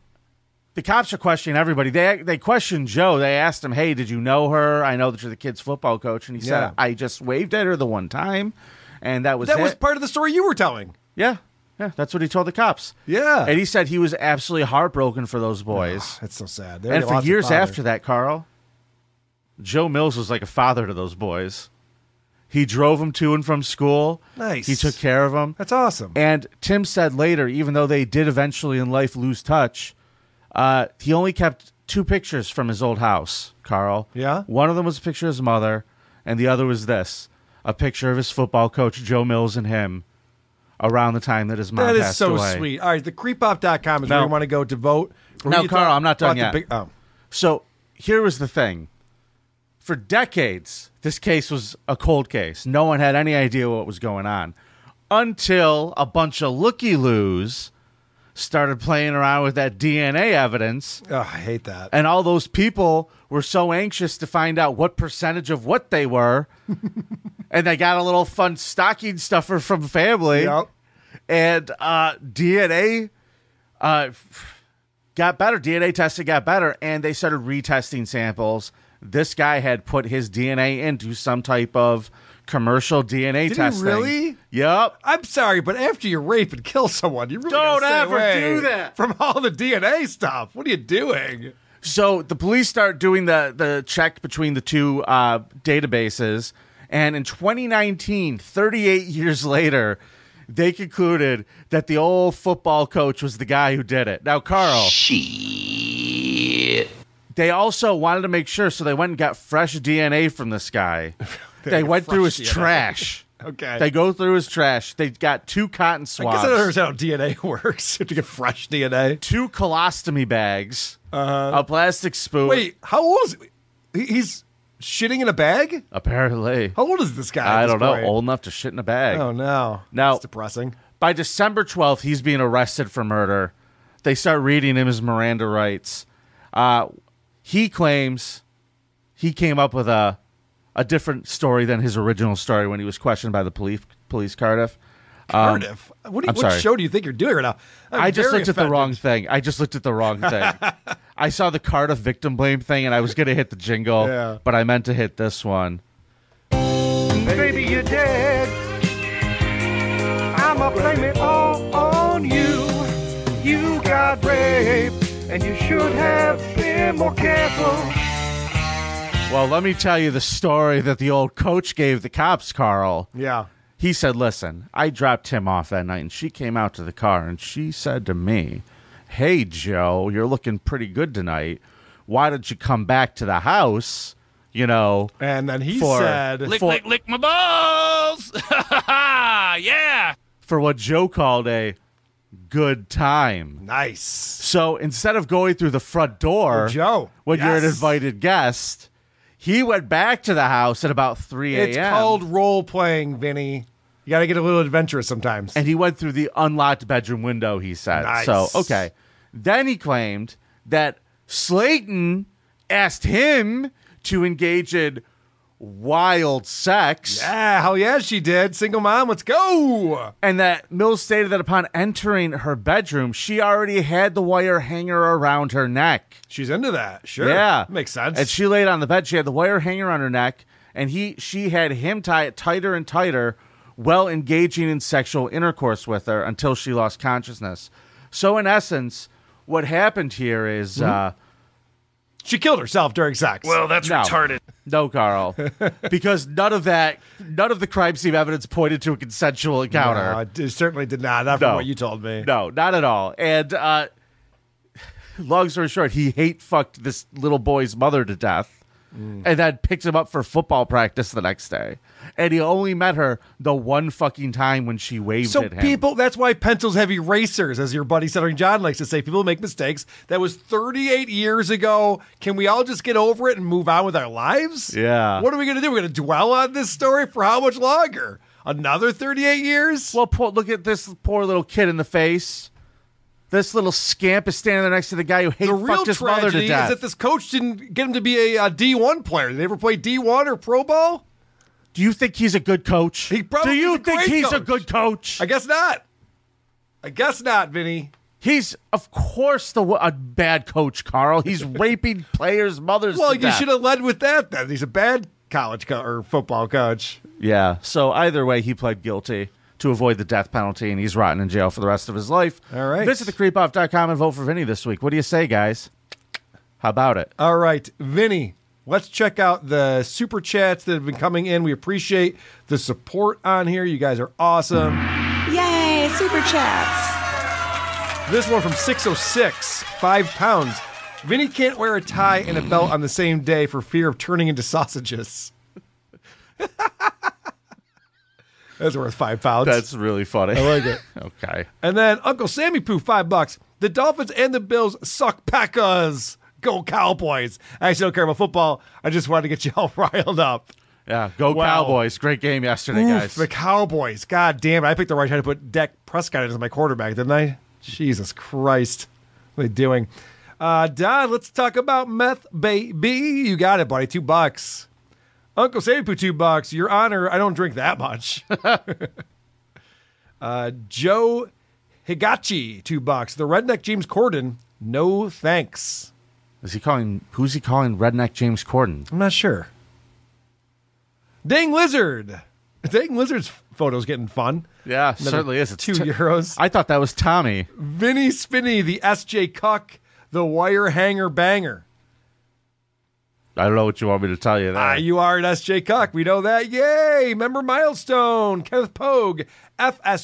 [SPEAKER 6] the cops are questioning everybody. They they questioned Joe. They asked him, "Hey, did you know her? I know that you're the kid's football coach." And he
[SPEAKER 7] Yeah.
[SPEAKER 6] said, "I just waved at her the one time, and that was
[SPEAKER 7] that was
[SPEAKER 6] it."
[SPEAKER 7] part of the story you were telling.
[SPEAKER 6] yeah, yeah." That's what he told the cops.
[SPEAKER 7] Yeah.
[SPEAKER 6] and he said he was absolutely heartbroken for those boys.
[SPEAKER 7] *sighs* That's so sad. They
[SPEAKER 6] and for
[SPEAKER 7] lost a
[SPEAKER 6] years
[SPEAKER 7] father.
[SPEAKER 6] after that, Carl, Joe Mills was like a father to those boys. He drove them to and from school.
[SPEAKER 7] Nice.
[SPEAKER 6] He took care of them.
[SPEAKER 7] That's awesome.
[SPEAKER 6] And Tim said later, even though they did eventually in life lose touch, uh, he only kept two pictures from his old house, Carl.
[SPEAKER 7] Yeah?
[SPEAKER 6] One of them was a picture of his mother, and the other was this a picture of his football coach, Joe Mills, and him around the time that his mom
[SPEAKER 7] That is
[SPEAKER 6] passed
[SPEAKER 7] so
[SPEAKER 6] away.
[SPEAKER 7] sweet. All right, the creepop.com is
[SPEAKER 6] No.
[SPEAKER 7] where you want to go to vote. Where
[SPEAKER 6] No,
[SPEAKER 7] you
[SPEAKER 6] Carl,
[SPEAKER 7] thought-
[SPEAKER 6] I'm not done
[SPEAKER 7] thought
[SPEAKER 6] yet.
[SPEAKER 7] the big- oh.
[SPEAKER 6] So here was the thing. For decades, this case was a cold case. No one had any idea what was going on until a bunch of looky loos started playing around with that DNA evidence.
[SPEAKER 7] Oh, I hate that.
[SPEAKER 6] And all those people were so anxious to find out what percentage of what they were.
[SPEAKER 7] *laughs*
[SPEAKER 6] and they got a little fun stocking stuffer from family.
[SPEAKER 7] Yep.
[SPEAKER 6] And uh, DNA uh, got better. DNA testing got better, and they started retesting samples. This guy had put his DNA into some type of commercial DNA
[SPEAKER 7] Did he
[SPEAKER 6] testing.
[SPEAKER 7] really?
[SPEAKER 6] Yep.
[SPEAKER 7] I'm sorry, but after you rape and kill someone, you really
[SPEAKER 6] Don't
[SPEAKER 7] gotta stay
[SPEAKER 6] ever
[SPEAKER 7] away
[SPEAKER 6] do that.
[SPEAKER 7] from all the DNA stuff. What are you doing?
[SPEAKER 6] So the police start doing the the check between the two uh, databases, and in 2019, 38 *laughs* years later, they concluded that the old football coach was the guy who did it. Now, Carl, she. They also wanted to make sure, so they went and got fresh DNA from this guy.
[SPEAKER 7] *laughs*
[SPEAKER 6] they
[SPEAKER 7] They got
[SPEAKER 6] went through
[SPEAKER 7] fresh
[SPEAKER 6] his
[SPEAKER 7] DNA.
[SPEAKER 6] trash.
[SPEAKER 7] *laughs* Okay.
[SPEAKER 6] They go through his trash. They got two cotton
[SPEAKER 7] I
[SPEAKER 6] swabs
[SPEAKER 7] guess I don't understand how DNA works. *laughs* You have to get fresh DNA.
[SPEAKER 6] two colostomy bags,
[SPEAKER 7] Uh-huh.
[SPEAKER 6] a plastic spoon.
[SPEAKER 7] Wait, how old is he? He's shitting in a bag?
[SPEAKER 6] apparently,
[SPEAKER 7] How old is this guy? at
[SPEAKER 6] I
[SPEAKER 7] this
[SPEAKER 6] don't know,
[SPEAKER 7] point?
[SPEAKER 6] old enough to shit in a bag.
[SPEAKER 7] Oh, no.
[SPEAKER 6] Now-
[SPEAKER 7] It's depressing.
[SPEAKER 6] By December 12th, he's being arrested for murder. They start reading him his Miranda rights. Uh, he claims he came up with a a different story than his original story when he was questioned by the police. Police Cardiff. Um,
[SPEAKER 7] Cardiff. What, do you,
[SPEAKER 6] I'm
[SPEAKER 7] what
[SPEAKER 6] sorry.
[SPEAKER 7] show do you think you're doing right now? I'm
[SPEAKER 6] I just
[SPEAKER 7] very
[SPEAKER 6] looked at the
[SPEAKER 7] offended.
[SPEAKER 6] wrong thing. I just looked at the
[SPEAKER 7] *laughs*
[SPEAKER 6] wrong thing. I saw the Cardiff victim blame thing, and I was gonna hit the jingle,
[SPEAKER 7] Yeah.
[SPEAKER 6] but I meant to hit this one.
[SPEAKER 15] Baby, you're dead. I'ma blame it all on you. You got raped, and you should have been more careful.
[SPEAKER 6] Well, let me tell you the story that the old coach gave the cops, Carl.
[SPEAKER 7] Yeah.
[SPEAKER 6] He said, Listen, I dropped him off that night, and she came out to the car, and she said to me, Hey, Joe, you're looking pretty good tonight. Why don't you come back to the house? You know,
[SPEAKER 7] And then he
[SPEAKER 6] for,
[SPEAKER 7] said,
[SPEAKER 6] for,
[SPEAKER 18] lick my balls! *laughs* yeah!
[SPEAKER 6] for what Joe called a good time.
[SPEAKER 7] nice.
[SPEAKER 6] So instead of going through the front door,
[SPEAKER 7] Oh, Joe.
[SPEAKER 6] when you're an
[SPEAKER 7] Yes.
[SPEAKER 6] invited guest, he went back to the house at about 3 a.m.
[SPEAKER 7] It's called role playing, Vinny. You got to get a little adventurous sometimes.
[SPEAKER 6] And he went through the unlocked bedroom window, he said.
[SPEAKER 7] Nice.
[SPEAKER 6] So, okay. Then he claimed that Slayton asked him to engage in wild sex. Yeah, hell yeah, she did. Single mom, let's go. And that Mills stated that upon entering her bedroom, she already had the wire hanger around her neck.
[SPEAKER 7] She's into that, sure.
[SPEAKER 6] Yeah,
[SPEAKER 7] Makes sense.
[SPEAKER 6] And she laid on the bed. She had the wire hanger on her neck, and he she had him tie it tighter and tighter while engaging in sexual intercourse with her until she lost consciousness. So in essence, what happened here is,
[SPEAKER 7] Mhm.
[SPEAKER 6] uh, she killed herself during sex.
[SPEAKER 18] Well, that's
[SPEAKER 6] No.
[SPEAKER 18] retarded.
[SPEAKER 6] No,
[SPEAKER 18] *laughs*
[SPEAKER 6] Carl, because none of that, none of the crime scene evidence pointed to a consensual encounter.
[SPEAKER 7] No, it certainly did not. Not from what you told me.
[SPEAKER 6] No, not at all. And uh, long story short, he hate fucked this little boy's mother to death,
[SPEAKER 7] Mm.
[SPEAKER 6] and then picked him up for football practice the next day. And he only met her the one fucking time when she waved
[SPEAKER 7] So
[SPEAKER 6] at him.
[SPEAKER 7] people, that's why pencils have erasers, as your buddy Stuttering John likes to say. People make mistakes. That was 38 years ago. Can we all just get over it and move on with our lives?
[SPEAKER 6] Yeah.
[SPEAKER 7] What are we going to do? We're going to dwell on this story for how much longer? Another 38 years?
[SPEAKER 6] Well, poor, look at this poor little kid in the face. This little scamp is standing there next to the guy who hate
[SPEAKER 7] The real
[SPEAKER 6] fucked his mother
[SPEAKER 7] tragedy
[SPEAKER 6] to
[SPEAKER 7] is
[SPEAKER 6] death.
[SPEAKER 7] that this coach didn't get him to be a, uh D D1 player. Did they ever play D1 or pro ball?
[SPEAKER 6] Do you think he's a good coach? He
[SPEAKER 7] probably
[SPEAKER 6] Do you
[SPEAKER 7] is a
[SPEAKER 6] think
[SPEAKER 7] great
[SPEAKER 6] he's a
[SPEAKER 7] coach.
[SPEAKER 6] good coach?
[SPEAKER 7] I guess not. I guess not, Vinny.
[SPEAKER 6] He's of course the a bad coach, Carl.
[SPEAKER 7] *laughs*
[SPEAKER 6] He's raping players' mothers.
[SPEAKER 7] Well,
[SPEAKER 6] to
[SPEAKER 7] you
[SPEAKER 6] death.
[SPEAKER 7] should have led with that then. He's a bad college co- or football coach.
[SPEAKER 6] Yeah. So either way, he pled guilty to avoid the death penalty, and he's rotting in jail for the rest of his life. All right. Visit thecreepoff.com and vote for Vinny this week. What do you say, guys? How about it?
[SPEAKER 7] All right, Vinny, let's check out the super chats that have been coming in. We appreciate the support on here. You guys are awesome.
[SPEAKER 19] Yay, super chats.
[SPEAKER 7] This one from 606, five pounds. Vinny can't wear a tie and a belt on the same day for fear of turning into sausages. *laughs* That's worth five pounds.
[SPEAKER 6] That's really funny.
[SPEAKER 7] I like it.
[SPEAKER 6] *laughs* okay.
[SPEAKER 7] And then Uncle Sammy Poo, five bucks. The Dolphins and the Bills suck Packers. Go Cowboys. I actually don't care about football. I just wanted to get you all *laughs* riled up.
[SPEAKER 6] Yeah. Go
[SPEAKER 7] Wow.
[SPEAKER 6] Cowboys. Great game yesterday,
[SPEAKER 7] Oof,
[SPEAKER 6] guys.
[SPEAKER 7] The Cowboys. God damn it. I picked the right time to put Dak Prescott in as my quarterback, didn't I? Jesus Christ. What are they doing? Uh, Don, let's talk about meth, baby. You got it, buddy. Two bucks. Uncle Sapu, two bucks. Your honor, I don't drink that much. *laughs* uh, Joe Higachi, two bucks. The redneck James Corden, no thanks.
[SPEAKER 6] Is he calling? Who's he calling? Redneck James Corden?
[SPEAKER 7] I'm not sure. Dang Lizard. Dang Lizard's photo's getting fun.
[SPEAKER 6] Yeah,
[SPEAKER 7] Another
[SPEAKER 6] certainly is. It's
[SPEAKER 7] two
[SPEAKER 6] t-
[SPEAKER 7] euros.
[SPEAKER 6] I thought that was Tommy.
[SPEAKER 7] Vinny Spinney, the SJ Cuck, the wire hanger banger.
[SPEAKER 6] I don't know what you want me to tell you. There.
[SPEAKER 7] Ah, you are an SJ Cuck. We know that. Yay! Member milestone. Kenneth Pogue,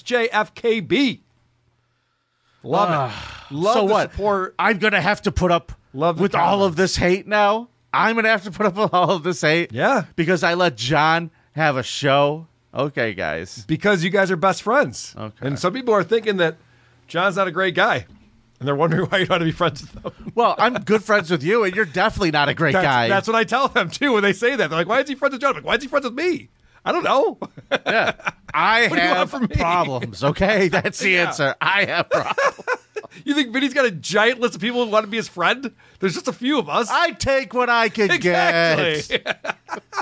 [SPEAKER 7] FSJFKB. Love it. Love
[SPEAKER 6] Ah, so
[SPEAKER 7] the
[SPEAKER 6] what?
[SPEAKER 7] support.
[SPEAKER 6] I'm gonna have to put up
[SPEAKER 7] Love the
[SPEAKER 6] with all of this hate now. I'm gonna have to put up with all of this hate.
[SPEAKER 7] Yeah,
[SPEAKER 6] because I let John have a show. Okay, guys.
[SPEAKER 7] Because you guys are best friends. Okay. And some people are thinking that John's not a great guy. And they're wondering *laughs* why you don't want to be friends with them.
[SPEAKER 6] Well, I'm good friends with you, and you're definitely not a great
[SPEAKER 7] that's,
[SPEAKER 6] guy.
[SPEAKER 7] That's what I tell them too when they say that. They're like, why is he friends with John? I'm like, why is he friends with me? I don't know.
[SPEAKER 6] Yeah.
[SPEAKER 7] *laughs*
[SPEAKER 6] I
[SPEAKER 7] What do you want
[SPEAKER 6] have
[SPEAKER 7] from me?
[SPEAKER 6] problems. Okay, *laughs* that's the
[SPEAKER 7] Yeah.
[SPEAKER 6] answer. I have problems.
[SPEAKER 7] *laughs* You think Vinny's got a giant list of people who want to be his friend? There's just a few of us.
[SPEAKER 6] I take what I can
[SPEAKER 7] exactly.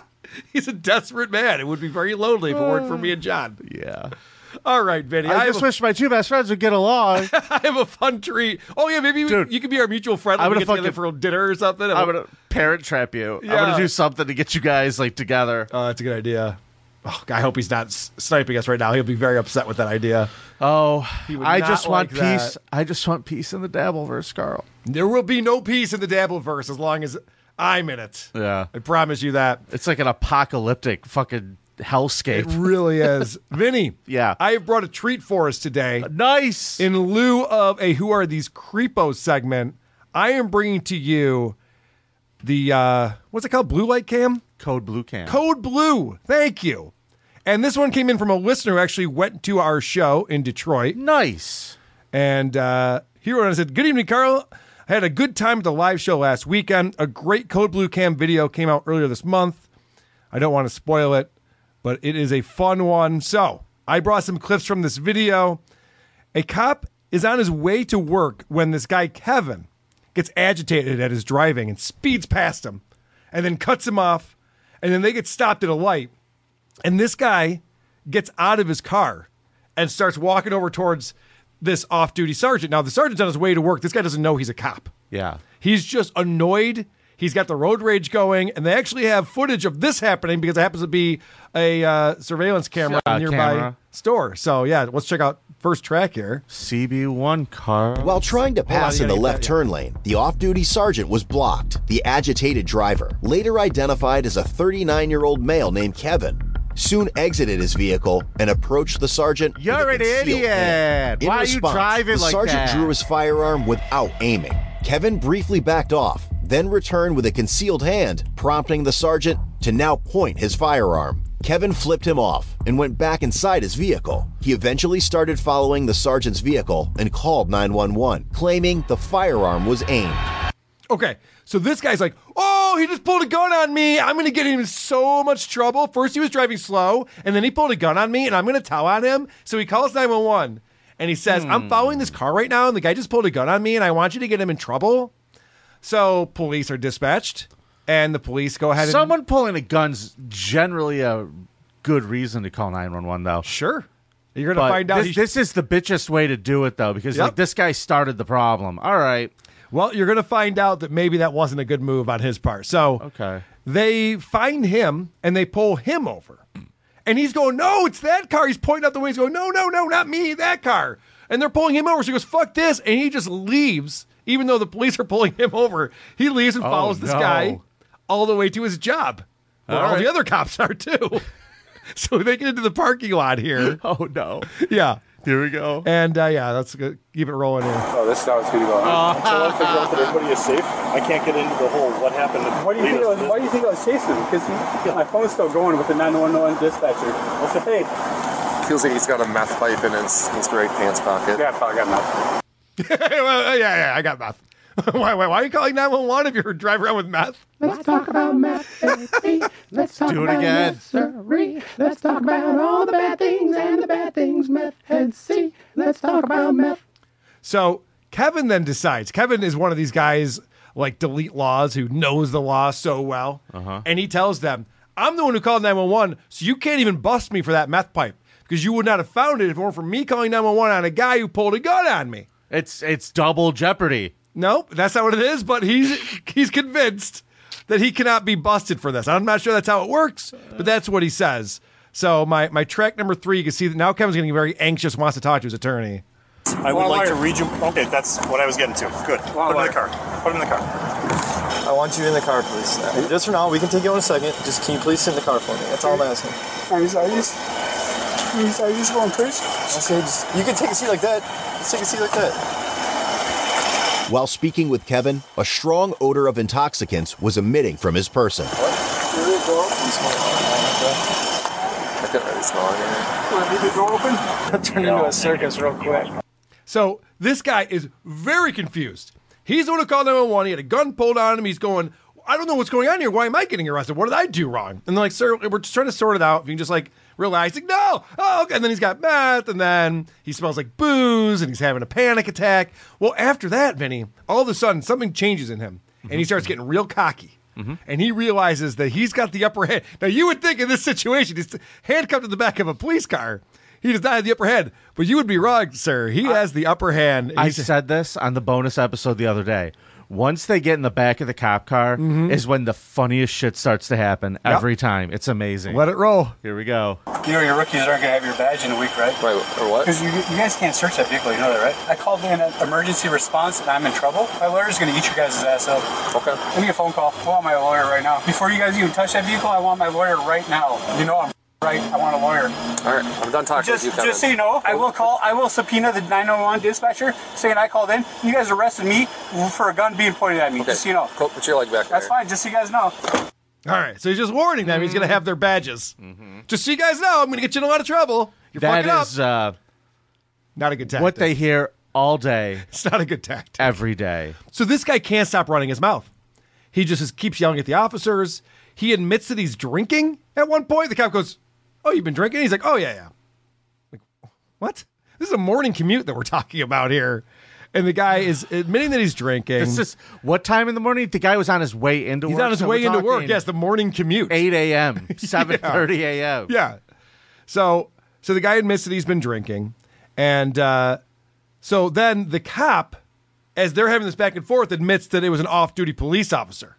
[SPEAKER 7] *laughs* He's a desperate man. It would be very lonely if it weren't for me and John.
[SPEAKER 6] Yeah.
[SPEAKER 7] All right, Vinny. I,
[SPEAKER 6] I just
[SPEAKER 7] have,
[SPEAKER 6] wish my two best friends would
[SPEAKER 7] *laughs*
[SPEAKER 6] get along.
[SPEAKER 7] a, *laughs* I have a fun treat. Oh yeah, maybe we, you could be our mutual friend.
[SPEAKER 6] I'm
[SPEAKER 7] when we
[SPEAKER 6] gonna
[SPEAKER 7] get together
[SPEAKER 6] fucking-
[SPEAKER 7] for dinner or something.
[SPEAKER 6] I'm gonna parent trap you. I'm
[SPEAKER 7] Yeah.
[SPEAKER 6] gonna do something to get you guys like together.
[SPEAKER 7] Oh, that's a good idea. Oh, God, I hope he's not s- sniping us right now. He'll be very upset with that idea.
[SPEAKER 6] Oh,
[SPEAKER 7] He would
[SPEAKER 6] I
[SPEAKER 7] not
[SPEAKER 6] just want
[SPEAKER 7] like that.
[SPEAKER 6] peace. I just want peace in the Dabbleverse, Carl.
[SPEAKER 7] There will be no peace in the Dabbleverse as long as I'm in it.
[SPEAKER 6] Yeah. I
[SPEAKER 7] promise you that.
[SPEAKER 6] It's like an apocalyptic fucking hellscape.
[SPEAKER 7] It really is. *laughs* Vinny.
[SPEAKER 6] Yeah. Uh,
[SPEAKER 7] I have brought a treat for us today.
[SPEAKER 6] Nice.
[SPEAKER 7] In lieu of a Who Are These Creepos segment, I am bringing to you the, uh, what's it called? Blue Light Cam?
[SPEAKER 6] Code Blue Cam.
[SPEAKER 7] Code Blue. Thank you. And this one came in from a listener who actually went to our show in Detroit.
[SPEAKER 6] Nice.
[SPEAKER 7] And uh, he wrote and said, Good evening, Carl. I had a good time at the live show last weekend. A great Code Blue Cam video came out earlier this month. I don't want to spoil it, but it is a fun one. So I brought some clips from this video. A cop is on his way to work when this guy, Kevin, gets agitated at his driving and speeds past him and then cuts him off And then they get stopped at a light, and this guy gets out of his car and starts walking over towards this off duty sergeant. Now, the sergeant's on his way to work. This guy doesn't know he's a cop.
[SPEAKER 6] Yeah.
[SPEAKER 7] He's just annoyed. He's got the road rage going, and they actually have footage of this happening because it happens to be a uh, surveillance camera in
[SPEAKER 6] Uh,
[SPEAKER 7] a nearby
[SPEAKER 6] camera.
[SPEAKER 7] store. So, yeah, let's check out first track here.
[SPEAKER 6] CB1 car.
[SPEAKER 20] While trying to
[SPEAKER 7] Hold on,
[SPEAKER 20] pass
[SPEAKER 7] yeah,
[SPEAKER 20] in the
[SPEAKER 7] yeah,
[SPEAKER 20] left
[SPEAKER 7] yeah.
[SPEAKER 20] turn lane, the off duty sergeant was blocked. The agitated driver, later identified as a 39 year old male named Kevin, soon exited his vehicle and approached the sergeant. with a
[SPEAKER 6] You're an
[SPEAKER 20] concealed
[SPEAKER 6] idiot.
[SPEAKER 20] hand. In
[SPEAKER 6] Why are you
[SPEAKER 20] response,
[SPEAKER 6] driving
[SPEAKER 20] the
[SPEAKER 6] like
[SPEAKER 20] sergeant
[SPEAKER 6] that?
[SPEAKER 20] drew his firearm without aiming. Kevin briefly backed off, then returned with a concealed hand, prompting the sergeant to now point his firearm. Kevin flipped him off and went back inside his vehicle. He eventually started following the sergeant's vehicle and called 911, claiming the firearm was aimed.
[SPEAKER 7] Okay, so this guy's like, oh, he just pulled a gun on me. I'm going to get him in so much trouble. First, he was driving slow, and then he pulled a gun on me, and I'm going to tell on him. So he calls 911 and he says, I'm following this car right now, and the guy just pulled a gun on me, and I want you to get him in trouble. So police are dispatched, and the police go ahead and.
[SPEAKER 6] Someone pulling a gun's generally a good reason to call 911, though.
[SPEAKER 7] Sure. You're going to find out
[SPEAKER 6] This,
[SPEAKER 7] he-
[SPEAKER 6] this is the bitchest way to do it, though, because
[SPEAKER 7] Yep.
[SPEAKER 6] like this guy started the problem. All right.
[SPEAKER 7] Well, you're going to find out that maybe that wasn't a good move on his part. So
[SPEAKER 6] okay.
[SPEAKER 7] they find him and they pull him over. And he's going, No, it's that car. He's pointing out the way. He's going, No, no, no, not me, that car. And they're pulling him over. So he goes, Fuck this. And he just leaves, even though the police are pulling him over. He leaves and
[SPEAKER 6] Oh,
[SPEAKER 7] follows this
[SPEAKER 6] no.
[SPEAKER 7] guy all the way to his job. Where
[SPEAKER 6] All
[SPEAKER 7] all,
[SPEAKER 6] right.
[SPEAKER 7] the other cops are too. *laughs* so they get into the parking lot here.
[SPEAKER 6] *laughs* Oh, no.
[SPEAKER 7] Yeah.
[SPEAKER 6] Here we go.
[SPEAKER 7] And uh, yeah, that's good. Keep it rolling here.
[SPEAKER 21] Oh, this sounds pretty well.
[SPEAKER 7] Oh.
[SPEAKER 21] So once I go for everybody is safe, I can't get into the whole what happened. Why do you think I was, Why do you think I was chasing? Because my phone's still going with the 911 dispatcher. I said, hey. Feels like he's got a meth pipe in his, his right pants pocket. Yeah, I probably got
[SPEAKER 7] *laughs*
[SPEAKER 21] meth.
[SPEAKER 7] well, uh, yeah, yeah, I got meth. *laughs* why, why, why are you calling 911 if you're driving around with meth?
[SPEAKER 15] Let's talk about math, baby. Let's talk
[SPEAKER 7] Do it
[SPEAKER 15] about
[SPEAKER 7] again.
[SPEAKER 15] nursery. Let's talk about all the bad things and the bad things meth heads see. Let's talk about meth.
[SPEAKER 7] So Kevin then decides. Kevin is one of these guys like delete laws who knows the law so well, uh-huh. and he tells them, "I'm the one who called 911, so you can't even bust me for that meth pipe because you would not have found it if it weren't for me calling 911 on a guy who pulled a gun on me."
[SPEAKER 6] It's it's double jeopardy.
[SPEAKER 7] Nope, that's not what it is. But he's he's convinced that he cannot be busted for this. I'm not sure that's how it works, but that's what he says. So my my track number three, you can see that now Kevin's getting very anxious, wants to talk to his attorney.
[SPEAKER 21] I would like to read you. Okay, that's what I was getting to. Good. Put him in the car. Put him in the car. *laughs*
[SPEAKER 22] I want you in the car, please. Just for now, we can take you in a second. Just can you please sit in the car for me? That's all I'm asking.
[SPEAKER 21] Are you, are you, are you just going crazy?
[SPEAKER 22] Okay, just, you can take a seat like that. Let's take a seat like that.
[SPEAKER 20] While speaking with Kevin, a strong odor of intoxicants was emitting from his person.
[SPEAKER 21] Here we go. I can already smell it. Leave the door open.
[SPEAKER 22] Turn into a circus real quick.
[SPEAKER 7] So this guy is very confused. He's the one who called 911. He had a gun pulled on him. He's going, I don't know what's going on here. Why am I getting arrested? What did I do wrong? And they're like, sir, we're just trying to sort it out. If you can just like realize, like, no, oh, okay. And then he's got meth, and then he smells like booze, and he's having a panic attack. Well, after that, Vinny, all of a sudden something changes in him, and he starts getting real cocky. And he realizes that he's got the upper hand. Now, you would think in this situation, he's handcuffed to the back of a police car. He does not have the upper hand, but you would be wrong, sir. He has the upper hand.
[SPEAKER 6] I
[SPEAKER 7] He's-
[SPEAKER 6] said this on the bonus episode the other day. Once they get in the back of the cop car
[SPEAKER 7] Mhm.
[SPEAKER 6] is when the funniest shit starts to happen
[SPEAKER 21] Yep.
[SPEAKER 6] every time. It's amazing.
[SPEAKER 7] Let it roll.
[SPEAKER 6] Here we go.
[SPEAKER 21] You know your rookies aren't gonna have your badge in a week, right? Right, or what? Because you, you guys can't search that vehicle, you know that, right? I called in an emergency response and I'm in trouble. My lawyer's gonna eat your guys' ass up. Okay. Give me a phone call. I want my lawyer right now. Before you guys even touch that vehicle, I want my lawyer right now. You know I'm right. I want a lawyer.
[SPEAKER 23] All right, I'm done talking
[SPEAKER 21] Just,
[SPEAKER 23] with you, Kevin.
[SPEAKER 21] just so you know, I will call. I will subpoena the 911 dispatcher saying I called in. You guys arrested me for a gun being pointed at me. Just so you know.
[SPEAKER 23] Cool, put your leg back
[SPEAKER 21] That's
[SPEAKER 23] there.
[SPEAKER 21] fine. Just so you guys know.
[SPEAKER 7] All right, so he's just warning them.
[SPEAKER 6] Mm.
[SPEAKER 7] He's going to have their badges. Just so you guys know, I'm going to get you in a lot of trouble. You're
[SPEAKER 6] That
[SPEAKER 7] fucking
[SPEAKER 6] is
[SPEAKER 7] up.
[SPEAKER 6] uh,
[SPEAKER 7] not a good tactic.
[SPEAKER 6] What they hear all day.
[SPEAKER 7] *laughs* It's not a good tactic.
[SPEAKER 6] Every day.
[SPEAKER 7] So this guy can't stop running his mouth. He just is- keeps yelling at the officers. He admits that he's drinking at one point. The cop goes, "Oh, you've been drinking?" *laughs* He's like, "Oh yeah, yeah." Like, what? This is a morning commute that we're talking about here. and the guy is admitting that he's drinking.
[SPEAKER 6] This is what time in the morning? The guy was on his way into
[SPEAKER 7] He's
[SPEAKER 6] work.
[SPEAKER 7] on his
[SPEAKER 6] so
[SPEAKER 7] way
[SPEAKER 6] we're
[SPEAKER 7] into work.
[SPEAKER 6] talking
[SPEAKER 7] Yes, the morning commute.
[SPEAKER 6] 8
[SPEAKER 7] *laughs*
[SPEAKER 6] a.m., 7:30 a.m.
[SPEAKER 7] Yeah. So so the guy admits that he's been drinking. And uh, so then the cop, as they're having this back and forth, admits that it was an off duty police officer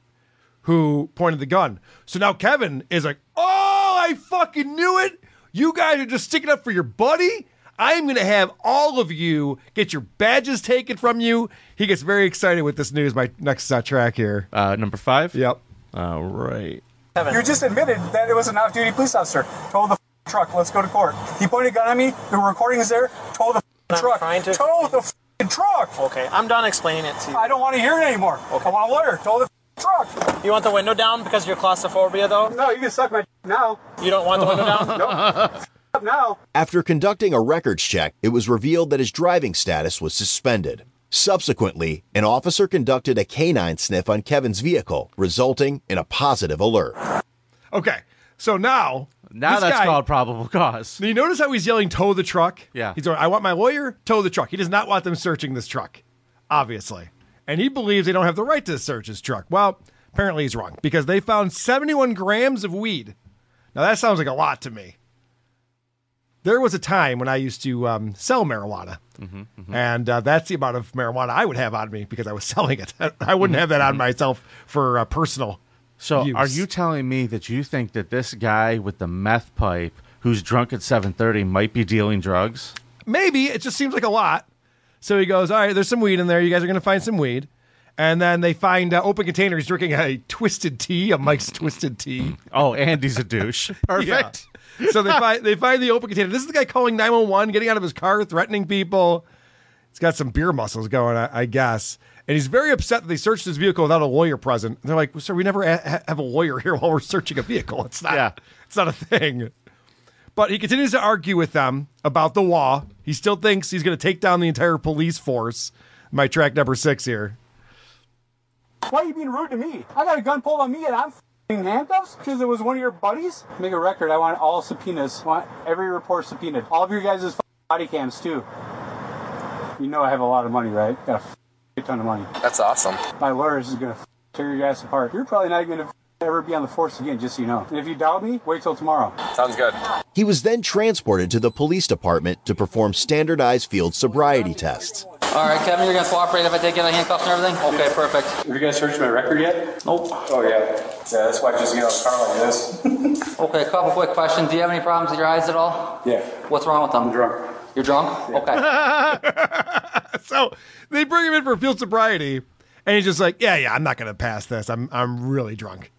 [SPEAKER 7] who pointed the gun. So now Kevin is like, oh, I fucking knew it. You guys are just sticking up for your buddy. I'm going to have all of you get your badges taken from you. He gets very excited with this news. My next uh, track here.
[SPEAKER 6] Uh, number five?
[SPEAKER 7] Yep.
[SPEAKER 6] All right.
[SPEAKER 21] You just admitted that it was an off-duty police officer. Told the f- truck, let's go to court. He pointed a gun at me. The recording's there. Told the f- truck. Told the f- truck. Okay, I'm done explaining it to you. I don't want to hear it anymore. Okay. I want a lawyer. Told the f- truck. You want the window down because of your claustrophobia, though? No, you can suck my d- now. You don't want the window down? *laughs* nope. Up now.
[SPEAKER 20] After conducting a records check, it was revealed that his driving status was suspended. Subsequently, an officer conducted a canine sniff on Kevin's vehicle, resulting in a positive alert.
[SPEAKER 7] Okay. So now.
[SPEAKER 6] Now
[SPEAKER 7] this
[SPEAKER 6] that's
[SPEAKER 7] guy-
[SPEAKER 6] called probable cause.
[SPEAKER 7] You notice how he's yelling, tow the truck?
[SPEAKER 6] Yeah.
[SPEAKER 7] He's going, I want my lawyer, tow the truck. He does not want them searching this truck, obviously. And he believes they don't have the right to search his truck. Well, apparently he's wrong because they found 71 grams of weed. Now, that sounds like a lot to me. There was a time when I used to um, sell marijuana,
[SPEAKER 6] Mm-hmm,
[SPEAKER 7] and uh, that's the amount of marijuana I would have on me because I was *laughs* selling it. I wouldn't have that on myself for uh, personal.
[SPEAKER 6] Mm-hmm. So
[SPEAKER 7] use.
[SPEAKER 6] are you telling me that you think that this guy with the meth pipe who's drunk at 7:30 might be dealing drugs?
[SPEAKER 7] maybe it just seems like a lot. So he goes, all right, there's some weed in there. You guys are going to find some weed. And then they find uh, open container. He's drinking a twisted tea, a Mike's twisted tea.
[SPEAKER 6] *laughs* Oh, Andy's
[SPEAKER 7] *laughs*
[SPEAKER 6] a douche. Perfect.
[SPEAKER 7] Yeah.
[SPEAKER 6] *laughs*
[SPEAKER 7] So they find they find the open container. This is the guy calling 911, getting out of his car, threatening people. He's got some beer muscles going, I, I guess. And he's very upset that they searched his vehicle without a lawyer present. And they're like, "Sir, we never a- ha- have a lawyer here while we're searching a vehicle. It's not, it's not a thing." But he continues to argue with them about the law. He still thinks he's going to take down the entire police force. My track number six here. *laughs*
[SPEAKER 21] Why are you being rude to me? I got a gun pulled on me and I'm f***ing handcuffs because it was one of your buddies. Make a record. I want all subpoenas. I want every report subpoenaed. All of your guys' f***ing body cams too. You know I have a lot of money, right? Got a f***ing ton of money.
[SPEAKER 23] That's awesome.
[SPEAKER 21] My lawyers is gonna f- tear your ass apart. You're probably not gonna f- ever be on the force again, just so you know. And if you doubt me, wait till tomorrow.
[SPEAKER 23] Sounds good.
[SPEAKER 20] He was then transported to the police department to perform standardized field sobriety tests.
[SPEAKER 1] All right, Kevin, you're gonna cooperate if I take out the handcuffs and everything? Okay, perfect.
[SPEAKER 21] Have you guys searched my record yet?
[SPEAKER 1] Nope.
[SPEAKER 21] Oh yeah. Yeah, that's why I just get out of the car like this.
[SPEAKER 1] Okay, a couple quick questions. Do you have any problems with your eyes at all?
[SPEAKER 21] Yeah.
[SPEAKER 1] What's wrong with them?
[SPEAKER 21] drunk.
[SPEAKER 1] You're drunk? Okay.
[SPEAKER 7] so they bring him in for field sobriety, and he's just like, "Yeah, yeah, I'm not gonna pass this. I'm I'm really drunk."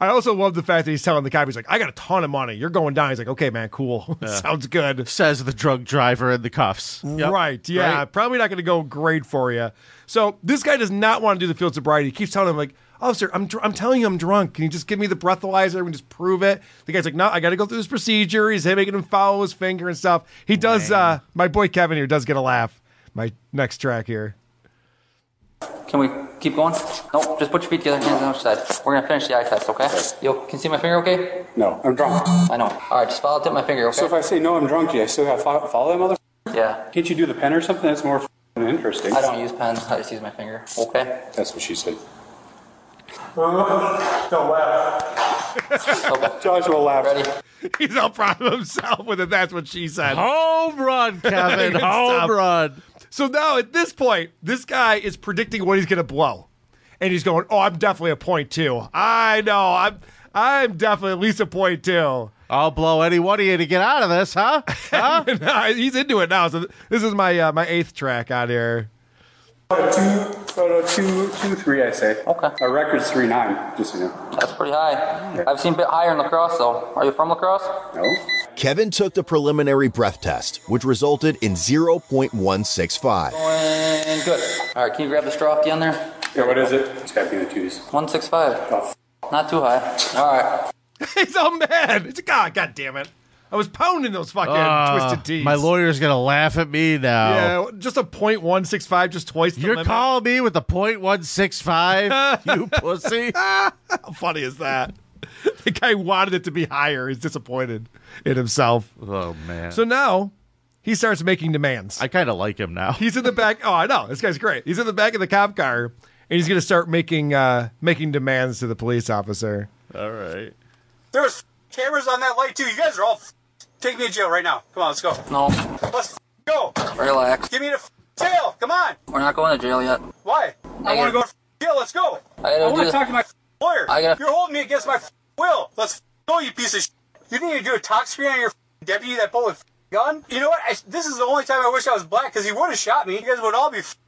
[SPEAKER 7] I also love the fact that he's telling the cop, he's like, "I got a ton of money. You're going down." He's like, "Okay, man, cool. *laughs* Sounds good."
[SPEAKER 6] Says the drug driver in the cuffs. Yep.
[SPEAKER 7] Right? Yeah.
[SPEAKER 6] Right.
[SPEAKER 7] Probably not gonna go great for you. So this guy does not want to do the field sobriety. He keeps telling him like. Officer, I'm dr- I'm telling you I'm drunk. Can you just give me the breathalyzer and just prove it? The guy's like, no, I got to go through this procedure. He's making him follow his finger and stuff. He does. Uh, my boy Kevin here does get a laugh. My next track here.
[SPEAKER 1] Can we keep going? Nope, just put your feet together, hands on each side. We're gonna finish the eye test, okay? You can see my finger okay?
[SPEAKER 21] No, I'm drunk.
[SPEAKER 1] I know. All right, just follow the tip of my finger, okay?
[SPEAKER 21] So if I say no, I'm drunk, do I still gotta fo- follow that mother?
[SPEAKER 1] Yeah.
[SPEAKER 21] Can't you do the pen or something? That's more f***ing interesting.
[SPEAKER 1] I don't use pens, I just use my finger. Okay.
[SPEAKER 21] That's what she said. don't laugh. Joshua laughed. Ready?
[SPEAKER 7] *laughs* He's all proud of himself with it. That's what she said.
[SPEAKER 6] Home
[SPEAKER 7] *laughs*
[SPEAKER 6] run, Kevin.
[SPEAKER 7] Good
[SPEAKER 6] Home
[SPEAKER 7] stuff.
[SPEAKER 6] run.
[SPEAKER 7] So now at this point, this guy is predicting what he's going to blow, and he's going, "Oh, I'm definitely a point two. I know. I'm I'm definitely at least a point two.
[SPEAKER 6] I'll blow any one of you to get out of this,
[SPEAKER 7] *laughs*
[SPEAKER 6] huh? huh?
[SPEAKER 7] he's into it now. So th- this is my uh, my eighth track out here. *laughs*
[SPEAKER 21] Photo two, photo two, two, three, I say. Okay. Our record's three nine, just so you know.
[SPEAKER 1] That's pretty high. I've seen a bit higher in lacrosse though. Are you from lacrosse?
[SPEAKER 21] No.
[SPEAKER 20] Kevin took the preliminary breath test, which resulted in 0.165.
[SPEAKER 1] Going good. All right, can you grab the straw at the end there?
[SPEAKER 21] Yeah, what is it? It's gotta be in the twos. Oh.
[SPEAKER 1] 165. Not too high. All right.
[SPEAKER 7] he's all mad. It's like, God, God damn it! I was pounding those fucking
[SPEAKER 6] Ah,
[SPEAKER 7] twisted tees.
[SPEAKER 6] My lawyer's gonna laugh at me now.
[SPEAKER 7] Yeah, just a point one six five, just twice. The
[SPEAKER 6] You're
[SPEAKER 7] limit.
[SPEAKER 6] calling me with a point one six
[SPEAKER 7] *laughs*
[SPEAKER 6] five, you pussy.
[SPEAKER 7] How funny is that? The guy wanted it to be higher. He's disappointed in himself.
[SPEAKER 6] Oh man.
[SPEAKER 7] So now he starts making demands. I
[SPEAKER 6] kind of like him *laughs* now.
[SPEAKER 7] He's in the back. Oh, I know this guy's great. He's in the back of the cop car, and he's going to start making uh, making demands to the police officer.
[SPEAKER 6] All right.
[SPEAKER 21] There's cameras on that light too. You guys are all f- take me to jail right now. Come on, let's go.
[SPEAKER 1] No,
[SPEAKER 21] Let's f- go.
[SPEAKER 1] Relax.
[SPEAKER 21] Give me to f- jail. Come on.
[SPEAKER 1] we're not going to jail yet.
[SPEAKER 21] Why? I
[SPEAKER 1] I gotta-
[SPEAKER 21] want to go to f- jail. Let's go.
[SPEAKER 1] I gotta
[SPEAKER 21] want
[SPEAKER 1] do-
[SPEAKER 21] to talk to my f- lawyer.
[SPEAKER 1] I gotta-
[SPEAKER 21] You're holding me against my f- will. Let's f- go, you piece of shit. You need to do a talk screen on your f- deputy that pulled a f- gun. You know what? I, this is the only time I wish I was black because he would have shot me. You guys would all be. F-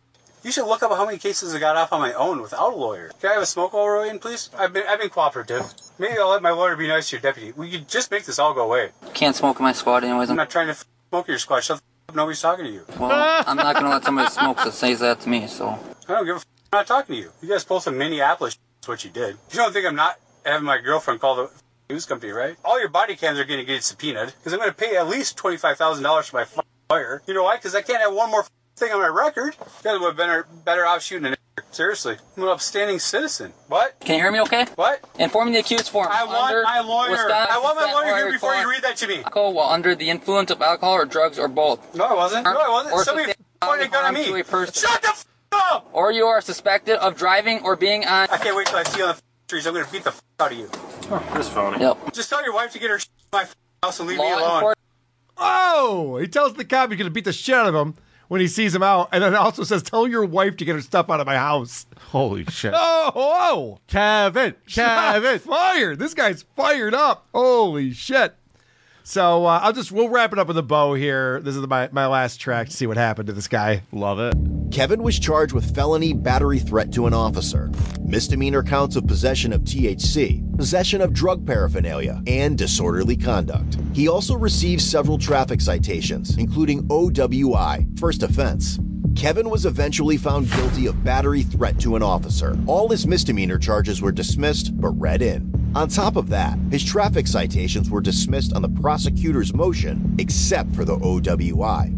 [SPEAKER 21] you should look up how many cases I got off on my own without a lawyer. Can I have a smoke while we're in, please? I've been I've been cooperative. Maybe I'll let my lawyer be nice to your deputy. We could just make this all go away.
[SPEAKER 1] Can't smoke in my squad anyways.
[SPEAKER 21] I'm not trying to f- smoke your squad. Shut the f- up. Nobody's talking to you.
[SPEAKER 1] Well, I'm not gonna let somebody *laughs* smoke that says that to me. So
[SPEAKER 21] I don't give a f- I'm not talking to you. You guys pulled some Minneapolis. That's what you did. You don't think I'm not having my girlfriend call the news company, right? All your body cams are going to get subpoenaed because I'm going to pay at least twenty five thousand dollars for my f- lawyer. You know why? Because I can't have one more f- thing on my record. You guys would have been better off shooting an. Seriously, I'm an upstanding citizen. What?
[SPEAKER 1] Can you hear me? Okay.
[SPEAKER 21] What?
[SPEAKER 1] Informing the accused form.
[SPEAKER 21] I want
[SPEAKER 1] under
[SPEAKER 21] my lawyer.
[SPEAKER 1] Wisconsin
[SPEAKER 21] I want my
[SPEAKER 1] Consent
[SPEAKER 21] lawyer here
[SPEAKER 1] Order
[SPEAKER 21] before you
[SPEAKER 1] Clause.
[SPEAKER 21] read that to me.
[SPEAKER 1] Alcohol while under the influence of alcohol or drugs or both.
[SPEAKER 21] No, I wasn't. No, I wasn't. Somebody pointed a gun at me.
[SPEAKER 1] Shut
[SPEAKER 21] the f- up!
[SPEAKER 1] Or you are suspected of driving or being on.
[SPEAKER 21] I can't wait till I see you on the f- trees. I'm going to beat the f- out of you.
[SPEAKER 7] This phony.
[SPEAKER 1] Yep.
[SPEAKER 21] Just tell your wife to get her sh- my f- house and leave
[SPEAKER 1] Law
[SPEAKER 21] me alone.
[SPEAKER 7] Oh, he tells the cop he's going to beat the shit out of him when he sees him out, and then also says, "Tell your wife to get her stuff out of my house."
[SPEAKER 6] Holy shit!
[SPEAKER 7] Oh, whoa, *laughs*
[SPEAKER 6] Kevin, Kevin,
[SPEAKER 7] fired! This guy's fired up. Holy shit! So uh, I'll just we'll wrap it up with a bow here. This is my my last track to see what happened to this guy.
[SPEAKER 6] Love it.
[SPEAKER 20] Kevin was charged with felony battery threat to an officer, misdemeanor counts of possession of THC, possession of drug paraphernalia, and disorderly conduct. He also received several traffic citations, including OWI, first offense. Kevin was eventually found guilty of battery threat to an officer. All his misdemeanor charges were dismissed but read in. On top of that, his traffic citations were dismissed on the prosecutor's motion, except for the OWI.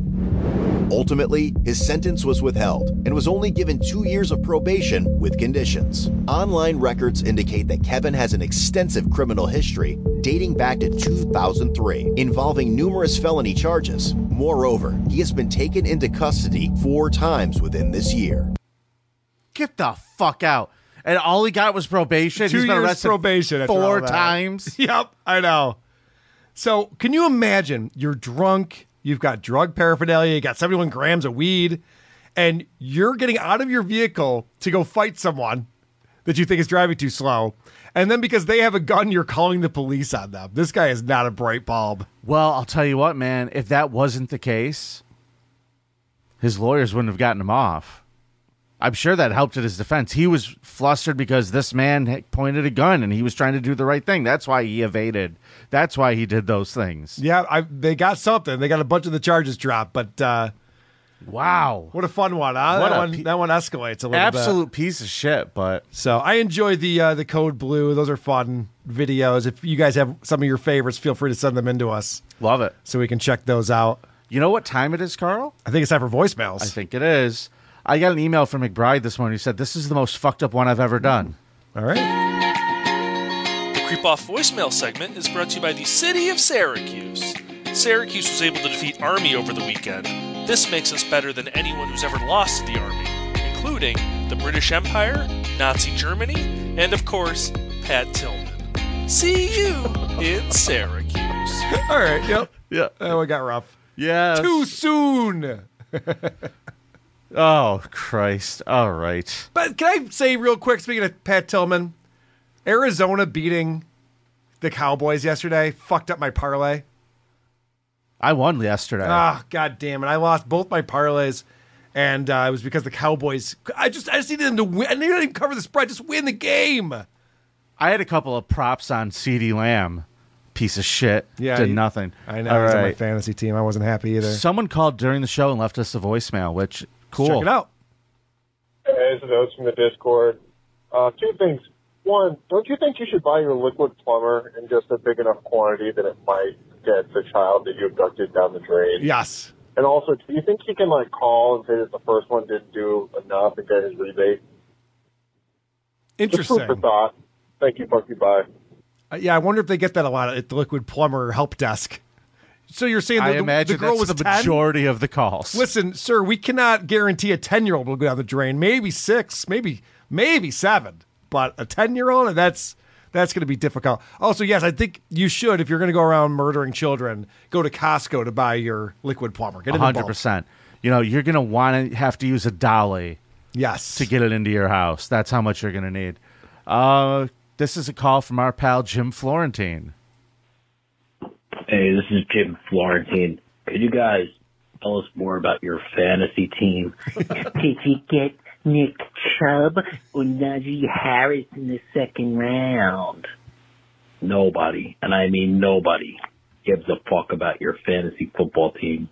[SPEAKER 20] Ultimately, his sentence was withheld and was only given two years of probation with conditions. Online records indicate that Kevin has an extensive criminal history dating back to 2003, involving numerous felony charges. Moreover, he has been taken into custody four times within this year.
[SPEAKER 6] Get the fuck out! And all he got was probation.
[SPEAKER 7] Two
[SPEAKER 6] He's been
[SPEAKER 7] years
[SPEAKER 6] arrested
[SPEAKER 7] probation after all
[SPEAKER 6] four
[SPEAKER 7] that. *laughs*
[SPEAKER 6] *laughs* times.
[SPEAKER 7] Yep, I know. So can you imagine? You're drunk. You've got drug paraphernalia. You got 71 grams of weed, and you're getting out of your vehicle to go fight someone that you think is driving too slow. And then because they have a gun, you're calling the police on them. This guy is not a bright bulb.
[SPEAKER 6] Well, I'll tell you what, man. If that wasn't the case, his lawyers wouldn't have gotten him off. I'm sure that helped in his defense. He was flustered because this man had pointed a gun and he was trying to do the right thing. That's why he evaded. That's why he did those things.
[SPEAKER 7] Yeah, I, they got something. They got a bunch of the charges dropped, but uh,
[SPEAKER 6] wow,
[SPEAKER 7] what a fun one! Huh?
[SPEAKER 6] What
[SPEAKER 7] that
[SPEAKER 6] a
[SPEAKER 7] one
[SPEAKER 6] pe-
[SPEAKER 7] that one escalates a little bit.
[SPEAKER 6] Absolute piece of shit, but
[SPEAKER 7] So I enjoy the uh, the code blue. Those are fun videos. If you guys have some of your favorites, feel free to send them in to us.
[SPEAKER 6] Love it.
[SPEAKER 7] So we can check those out.
[SPEAKER 6] You know what time it is, Carl?
[SPEAKER 7] I think it's time for voicemails.
[SPEAKER 6] I think it is. I got an email from McBride this morning who said, This is the most fucked up one I've ever done.
[SPEAKER 7] All right.
[SPEAKER 2] The Creep Off voicemail segment is brought to you by the City of Syracuse. Syracuse was able to defeat Army over the weekend. This makes us better than anyone who's ever lost to the Army, including the British Empire, Nazi Germany, and of course, Pat Tillman. See you in Syracuse.
[SPEAKER 7] All right. Yep.
[SPEAKER 6] *laughs* yeah.
[SPEAKER 7] That one got rough.
[SPEAKER 6] Yeah.
[SPEAKER 7] Too soon. *laughs*
[SPEAKER 6] Oh, Christ. All right.
[SPEAKER 7] But can I say real quick? Speaking of Pat Tillman, Arizona beating the Cowboys yesterday fucked up my parlay.
[SPEAKER 6] I won yesterday.
[SPEAKER 7] Ah, god damn it! I lost both my parlays, and uh, it was because the Cowboys. I just I just needed them to win. I needed them to cover the spread. Just win the game.
[SPEAKER 6] I had a couple of props on CD Lamb. Piece of shit.
[SPEAKER 7] Yeah,
[SPEAKER 6] Did
[SPEAKER 7] you-
[SPEAKER 6] nothing.
[SPEAKER 7] I know.
[SPEAKER 6] All
[SPEAKER 7] he's on my
[SPEAKER 6] right.
[SPEAKER 7] fantasy team. I wasn't happy either.
[SPEAKER 6] Someone called during the show and left us a voicemail, which, cool.
[SPEAKER 7] Check it out.
[SPEAKER 3] Hey, this is Oz from the Discord. Uh, two things. One, don't you think you should buy your liquid plumber in just a big enough quantity that it might get the child that you abducted down the drain?
[SPEAKER 7] Yes.
[SPEAKER 3] And also, do you think you can like call and say that the first one didn't do enough and get his rebate? Just food for
[SPEAKER 7] Interesting.
[SPEAKER 3] thought. Thank you, Bucky. Bye.
[SPEAKER 7] Uh, yeah, I wonder if they get that a lot at the Liquid Plumber Help Desk. So you're saying
[SPEAKER 6] I
[SPEAKER 7] the, the,
[SPEAKER 6] imagine
[SPEAKER 7] the girl
[SPEAKER 6] that's
[SPEAKER 7] was
[SPEAKER 6] the
[SPEAKER 7] 10?
[SPEAKER 6] majority of the calls.
[SPEAKER 7] Listen, sir, we cannot guarantee a 10 year old will go down the drain. Maybe six, maybe maybe seven, but a 10 year old, that's that's going to be difficult. Also, yes, I think you should, if you're going to go around murdering children, go to Costco to buy your liquid plumber. Get it in bulk.
[SPEAKER 6] hundred percent. You know, you're gonna want to have to use a dolly.
[SPEAKER 7] Yes.
[SPEAKER 6] To get it into your house, that's how much you're gonna need. Uh, this is a call from our pal Jim Florentine.
[SPEAKER 4] Hey, this is Jim Florentine. Could you guys tell us more about your fantasy team?
[SPEAKER 5] Did you get Nick Chubb or Najee Harris in the second round?
[SPEAKER 4] Nobody, and I mean nobody, gives a fuck about your fantasy football team.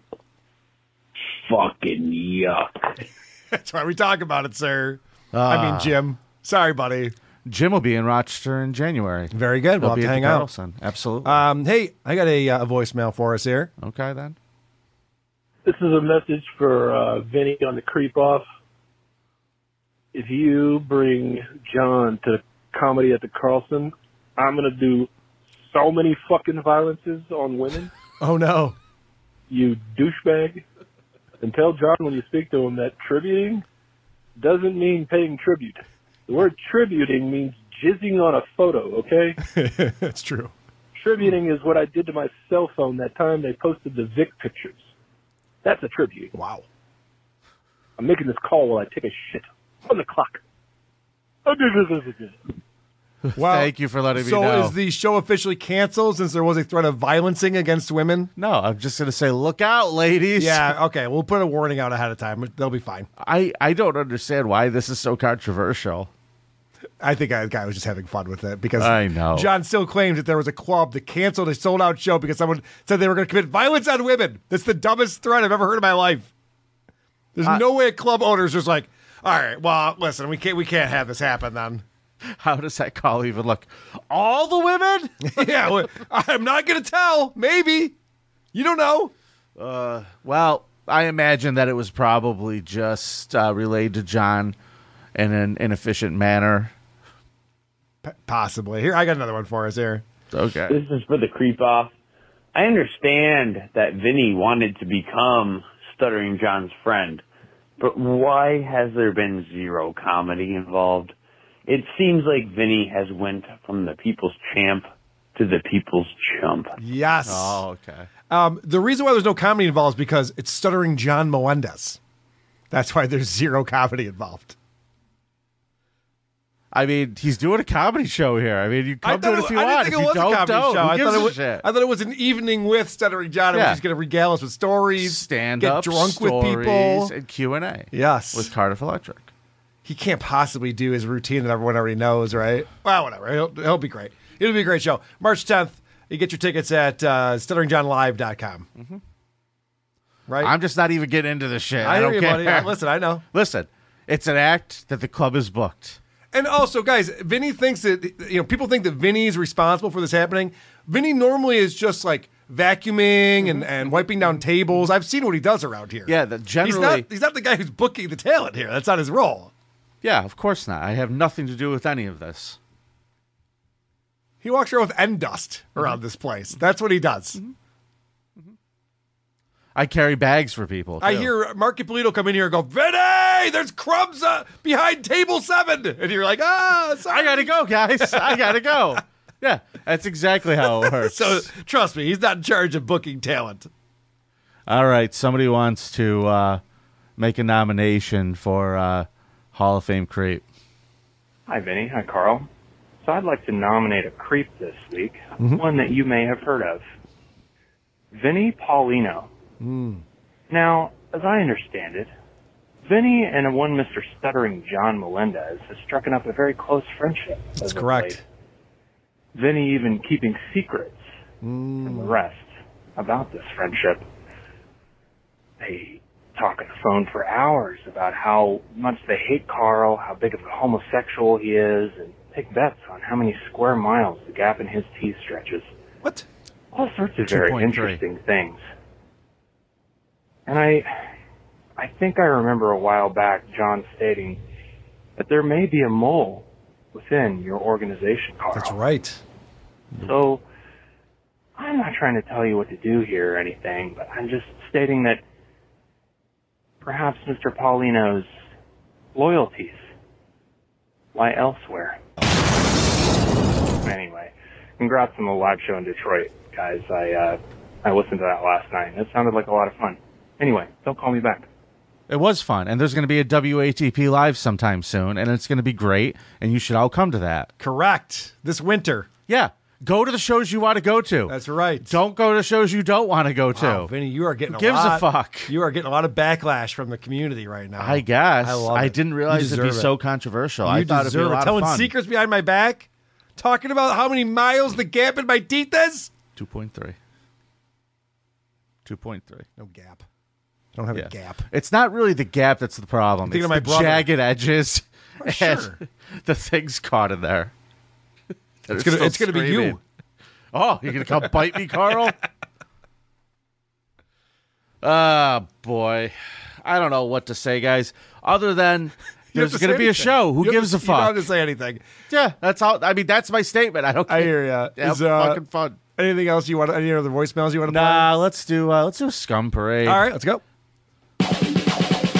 [SPEAKER 4] Fucking yuck.
[SPEAKER 7] That's why we talk about it, sir. I
[SPEAKER 6] Ah.
[SPEAKER 7] mean, Jim. Sorry, buddy.
[SPEAKER 6] Jim will be in Rochester in January.
[SPEAKER 7] Very good. We'll have to hang out.
[SPEAKER 6] Absolutely.
[SPEAKER 7] Um, hey, I got a, uh, a voicemail for us here.
[SPEAKER 6] Oh. Okay, then.
[SPEAKER 8] This is a message for uh, Vinny on the creep off. If you bring John to comedy at the Carlson, I'm gonna do so many fucking violences on women.
[SPEAKER 7] Oh, no.
[SPEAKER 6] *laughs*
[SPEAKER 8] You douchebag! And tell John when you speak to him that tributing doesn't mean paying tribute. The word tributing means jizzing on a photo. Okay.
[SPEAKER 7] *laughs* That's true.
[SPEAKER 8] Tributing is what I did to my cell phone that time they posted the Vic pictures. That's a tribute.
[SPEAKER 7] Wow.
[SPEAKER 8] I'm making this call while I take a shit on the clock.
[SPEAKER 7] Wow.
[SPEAKER 6] Thank you for letting me
[SPEAKER 7] so
[SPEAKER 6] know.
[SPEAKER 7] is the show officially canceled since there was a threat of violencing against women?
[SPEAKER 6] No, I'm just going to say, look out, ladies.
[SPEAKER 7] Yeah, okay. We'll put a warning out ahead of time. They'll be fine.
[SPEAKER 6] I, I don't understand why this is so controversial.
[SPEAKER 7] I think I, the guy was just having fun with it because
[SPEAKER 6] I know.
[SPEAKER 7] John still claims that there was a club that canceled a sold out show because someone said they were going to commit violence on women. That's the dumbest threat I've ever heard in my life. There's
[SPEAKER 6] Uh,
[SPEAKER 7] no way a club owner's just like, all right, well, listen, we can't, we can't have this happen then.
[SPEAKER 6] How does that call even look? All the women?
[SPEAKER 7] *laughs* yeah, well, I'm not going to tell. Maybe. You don't know.
[SPEAKER 6] Uh, well, I imagine that it was probably just uh, relayed to John in an inefficient manner.
[SPEAKER 7] P- possibly. Here, I got another one for us here.
[SPEAKER 6] Okay.
[SPEAKER 24] This is for the creep off. I understand that Vinny wanted to become Stuttering John's friend, but why has there been zero comedy involved? It seems like Vinny has went from the people's champ to the people's chump.
[SPEAKER 7] Yes.
[SPEAKER 24] Oh,
[SPEAKER 6] okay.
[SPEAKER 7] Um, the reason why there's no comedy involved is because it's stuttering John Melendez. That's why there's zero comedy involved.
[SPEAKER 6] I mean, he's doing a comedy show here. I mean, you
[SPEAKER 7] I
[SPEAKER 6] come to
[SPEAKER 7] thought
[SPEAKER 6] it
[SPEAKER 7] it-
[SPEAKER 6] if you
[SPEAKER 7] I didn't
[SPEAKER 6] want.
[SPEAKER 7] think
[SPEAKER 6] If
[SPEAKER 7] it
[SPEAKER 6] you
[SPEAKER 7] was a
[SPEAKER 6] don't,
[SPEAKER 7] comedy
[SPEAKER 6] don't.
[SPEAKER 7] show.
[SPEAKER 6] Who
[SPEAKER 7] I
[SPEAKER 6] gives
[SPEAKER 7] thought it
[SPEAKER 6] a
[SPEAKER 7] was-
[SPEAKER 6] shit?
[SPEAKER 7] I thought it was an evening with Stuttering John, and
[SPEAKER 6] Yeah.
[SPEAKER 7] was just going to regale us with stories,
[SPEAKER 6] Stand
[SPEAKER 7] get
[SPEAKER 6] up,
[SPEAKER 7] drunk with people.
[SPEAKER 6] stories, and Q and A.
[SPEAKER 7] Yes.
[SPEAKER 6] with Cardiff Electric.
[SPEAKER 7] he can't possibly do his routine that everyone already knows, right? Well, whatever. He'll, he'll be great. It'll be a great show. March 10th. You get your tickets at uh, stutteringjohnlive.com.
[SPEAKER 6] Mm-hmm.
[SPEAKER 7] Right?
[SPEAKER 6] I'm just not even getting into this shit.
[SPEAKER 7] I
[SPEAKER 6] I,
[SPEAKER 7] hear
[SPEAKER 6] don't
[SPEAKER 7] you,
[SPEAKER 6] care.
[SPEAKER 7] buddy. I- listen, I know.
[SPEAKER 6] Listen, it's an act that the club has booked.
[SPEAKER 7] And also, guys, Vinny thinks that you know people think that Vinny is responsible for this happening. Vinny normally is just like vacuuming and, and wiping down tables. I've seen what he does around here.
[SPEAKER 6] Mm-hmm. Yeah, that
[SPEAKER 7] he's
[SPEAKER 6] generally.
[SPEAKER 7] not he's not the guy who's booking the talent here. That's not his role.
[SPEAKER 6] yeah, of course not. I have nothing to do with any of this.
[SPEAKER 7] He walks around with end dust
[SPEAKER 6] Mm-hmm.
[SPEAKER 7] around this place. That's what he does.
[SPEAKER 6] I carry bags for people.
[SPEAKER 7] I
[SPEAKER 6] too.
[SPEAKER 7] hear Mark Ippolito come in here and go, Vinny, there's crumbs uh, behind table seven. And you're like, ah, sorry. I got
[SPEAKER 6] to go, guys. I got
[SPEAKER 7] *laughs*
[SPEAKER 6] to go. Yeah, that's exactly how it works.
[SPEAKER 7] so trust me, he's not in charge of booking talent.
[SPEAKER 6] All right, somebody wants to uh, make a nomination for uh, Hall of Fame creep.
[SPEAKER 25] Hi, Vinny. Hi, Carl. So I'd like to nominate a creep this week,
[SPEAKER 7] Mm-hmm.
[SPEAKER 25] one that you may have heard of. Vinny Paulino.
[SPEAKER 6] Hmm.
[SPEAKER 25] Now, as I understand it, Vinny and a one Mr. Stuttering John Melendez has struck up a very close friendship.
[SPEAKER 7] That's correct.
[SPEAKER 25] Vinny even keeping secrets
[SPEAKER 7] Mm.
[SPEAKER 25] from the rest about this friendship. They talk on the phone for hours about how much they hate Carl, how big of a homosexual he is, and take bets on how many square miles the gap in his teeth stretches.
[SPEAKER 7] What?
[SPEAKER 25] All sorts of very
[SPEAKER 26] 2.3.
[SPEAKER 25] interesting things. And I, I think I remember a while back John stating that there may be a mole within your organization, Carl.
[SPEAKER 7] That's right.
[SPEAKER 25] So I'm not trying to tell you what to do here or anything, but I'm just stating that perhaps Mr. Paulino's loyalties lie elsewhere. Anyway, congrats on the live show in Detroit, guys. I uh, I listened to that last night, and it sounded like a lot of fun. Anyway, don't call me back.
[SPEAKER 6] It was fun, and there's going to be a WATP live sometime soon, and it's going to be great, and you should all come to that.
[SPEAKER 7] Correct. This winter.
[SPEAKER 6] Yeah. Go to the shows you want to go to.
[SPEAKER 7] That's right.
[SPEAKER 6] Don't go to shows you don't want to go to.
[SPEAKER 7] Wow, Vinny, you are getting
[SPEAKER 6] Who gives
[SPEAKER 7] a,
[SPEAKER 6] a
[SPEAKER 7] lot,
[SPEAKER 6] fuck?
[SPEAKER 7] You are getting a lot of backlash from the community right now.
[SPEAKER 6] I guess.
[SPEAKER 7] I
[SPEAKER 6] I,
[SPEAKER 7] love it.
[SPEAKER 6] didn't
[SPEAKER 7] You
[SPEAKER 6] realize it'd be
[SPEAKER 7] deserve it.
[SPEAKER 6] so controversial.
[SPEAKER 7] You
[SPEAKER 6] I thought it'd be
[SPEAKER 7] deserve
[SPEAKER 6] a lot
[SPEAKER 7] it. Telling
[SPEAKER 6] of fun.
[SPEAKER 7] secrets behind my back, talking about how many miles the gap in my teeth is.
[SPEAKER 6] 2.3. 2.3.
[SPEAKER 7] No gap. I don't have a gap.
[SPEAKER 6] It's not really the gap that's the problem.
[SPEAKER 7] I'm thinking
[SPEAKER 6] It's
[SPEAKER 7] of my
[SPEAKER 6] the
[SPEAKER 7] brother.
[SPEAKER 6] jagged
[SPEAKER 7] *laughs*
[SPEAKER 6] edges.
[SPEAKER 7] Oh, sure.
[SPEAKER 6] and *laughs* the things caught in there.
[SPEAKER 7] *laughs*
[SPEAKER 6] They're
[SPEAKER 7] It's gonna-
[SPEAKER 6] still
[SPEAKER 7] it's gonna be you.
[SPEAKER 6] screaming. Oh, you're gonna come bite
[SPEAKER 7] *laughs*
[SPEAKER 6] me, Carl? Ah, boy. I don't know what to say, guys. Other than
[SPEAKER 7] You don't
[SPEAKER 6] there's
[SPEAKER 7] have
[SPEAKER 6] gonna
[SPEAKER 7] say
[SPEAKER 6] be a
[SPEAKER 7] anything.
[SPEAKER 6] show. Who
[SPEAKER 7] You don't
[SPEAKER 6] gives a
[SPEAKER 7] have to- You don't
[SPEAKER 6] fuck?
[SPEAKER 7] have to say anything.
[SPEAKER 6] Yeah, that's all. I mean, that's my statement. I don't.
[SPEAKER 7] I hear ya.
[SPEAKER 6] Yeah,
[SPEAKER 7] Is, uh,
[SPEAKER 6] fucking fun.
[SPEAKER 7] Anything else you want? Any other voicemails you want to
[SPEAKER 6] Nah, let's do uh, let's do a scum parade.
[SPEAKER 7] play? All right, let's go.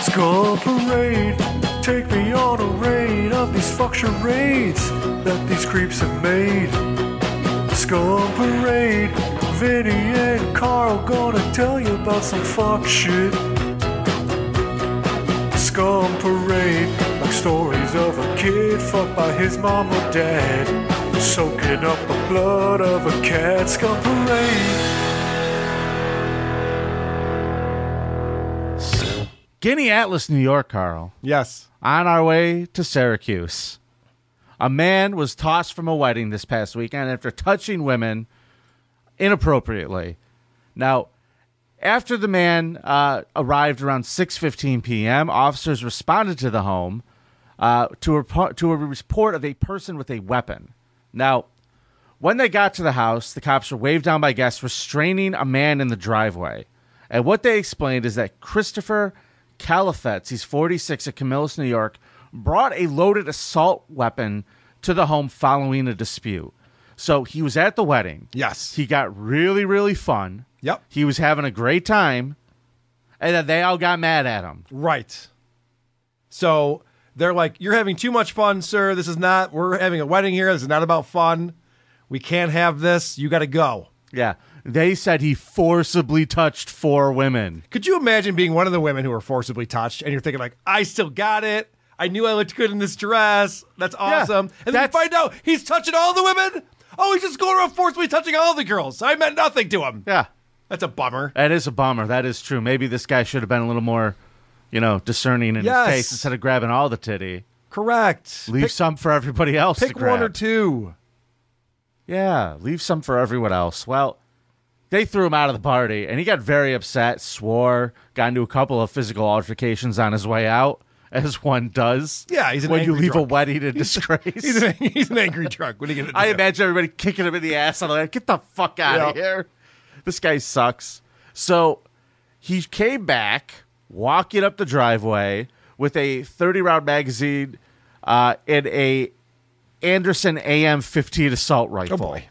[SPEAKER 9] Skull Parade, take me on a raid of these fuck charades that these creeps have made. Skull Parade, Vinny and Carl gonna tell you about some fuck shit. Skull Parade, like stories of a kid fucked by his mom or dad, soaking up the blood of a cat. Skull Parade.
[SPEAKER 6] Guinea Atlas, New York, Carl.
[SPEAKER 7] Yes.
[SPEAKER 6] On our way to Syracuse. A man was tossed from a wedding this past weekend after touching women inappropriately. Now, after the man uh, arrived around 6:15 p.m., officers responded to the home uh, to, repo- to a report of a person with a weapon. Now, when they got to the house, the cops were waved down by guests restraining a man in the driveway. And what they explained is that Christopher Califetz, he's 46 at Camillus, New York, brought a loaded assault weapon to the home following a dispute. So he was at the wedding.
[SPEAKER 7] Yes.
[SPEAKER 6] He got really, really fun.
[SPEAKER 7] Yep.
[SPEAKER 6] He was having a great time. And then they all got mad at him.
[SPEAKER 7] Right. So they're like, "You're having too much fun, sir. This is not. We're having a wedding here. This is not about fun. We can't have this. You got to go."
[SPEAKER 6] Yeah. They said he forcibly touched four women.
[SPEAKER 7] Could you imagine being one of the women who were forcibly touched, and you're thinking like, "I still got it. I knew I looked good in this dress. That's awesome." and then you find out he's touching all the women. Oh, he's just going around forcibly touching all the girls. I meant nothing to him.
[SPEAKER 6] Yeah.
[SPEAKER 7] That's a bummer.
[SPEAKER 6] That is a bummer. That is true. Maybe this guy should have been a little more, you know, discerning in
[SPEAKER 7] Yes.
[SPEAKER 6] his face instead of grabbing all the titty.
[SPEAKER 7] Correct.
[SPEAKER 6] Leave some for everybody else. to
[SPEAKER 7] Pick one or
[SPEAKER 6] grab.
[SPEAKER 7] two.
[SPEAKER 6] Yeah, leave some for everyone else. Well, they threw him out of the party, and he got very upset, swore, got into a couple of physical altercations on his way out, as one does.
[SPEAKER 7] Yeah, he's an
[SPEAKER 6] when you
[SPEAKER 7] angry
[SPEAKER 6] leave a
[SPEAKER 7] drunk.
[SPEAKER 6] wedding in disgrace.
[SPEAKER 7] *laughs* He's an, *laughs* he's an angry drunk. What are you gonna do?
[SPEAKER 6] I imagine everybody kicking him in the ass and I'm like, get the fuck out of
[SPEAKER 7] Yeah.
[SPEAKER 6] here. This guy sucks. So he came back walking up the driveway with a 30 round magazine uh, and a Anderson AM 15 assault rifle.
[SPEAKER 7] Oh, boy.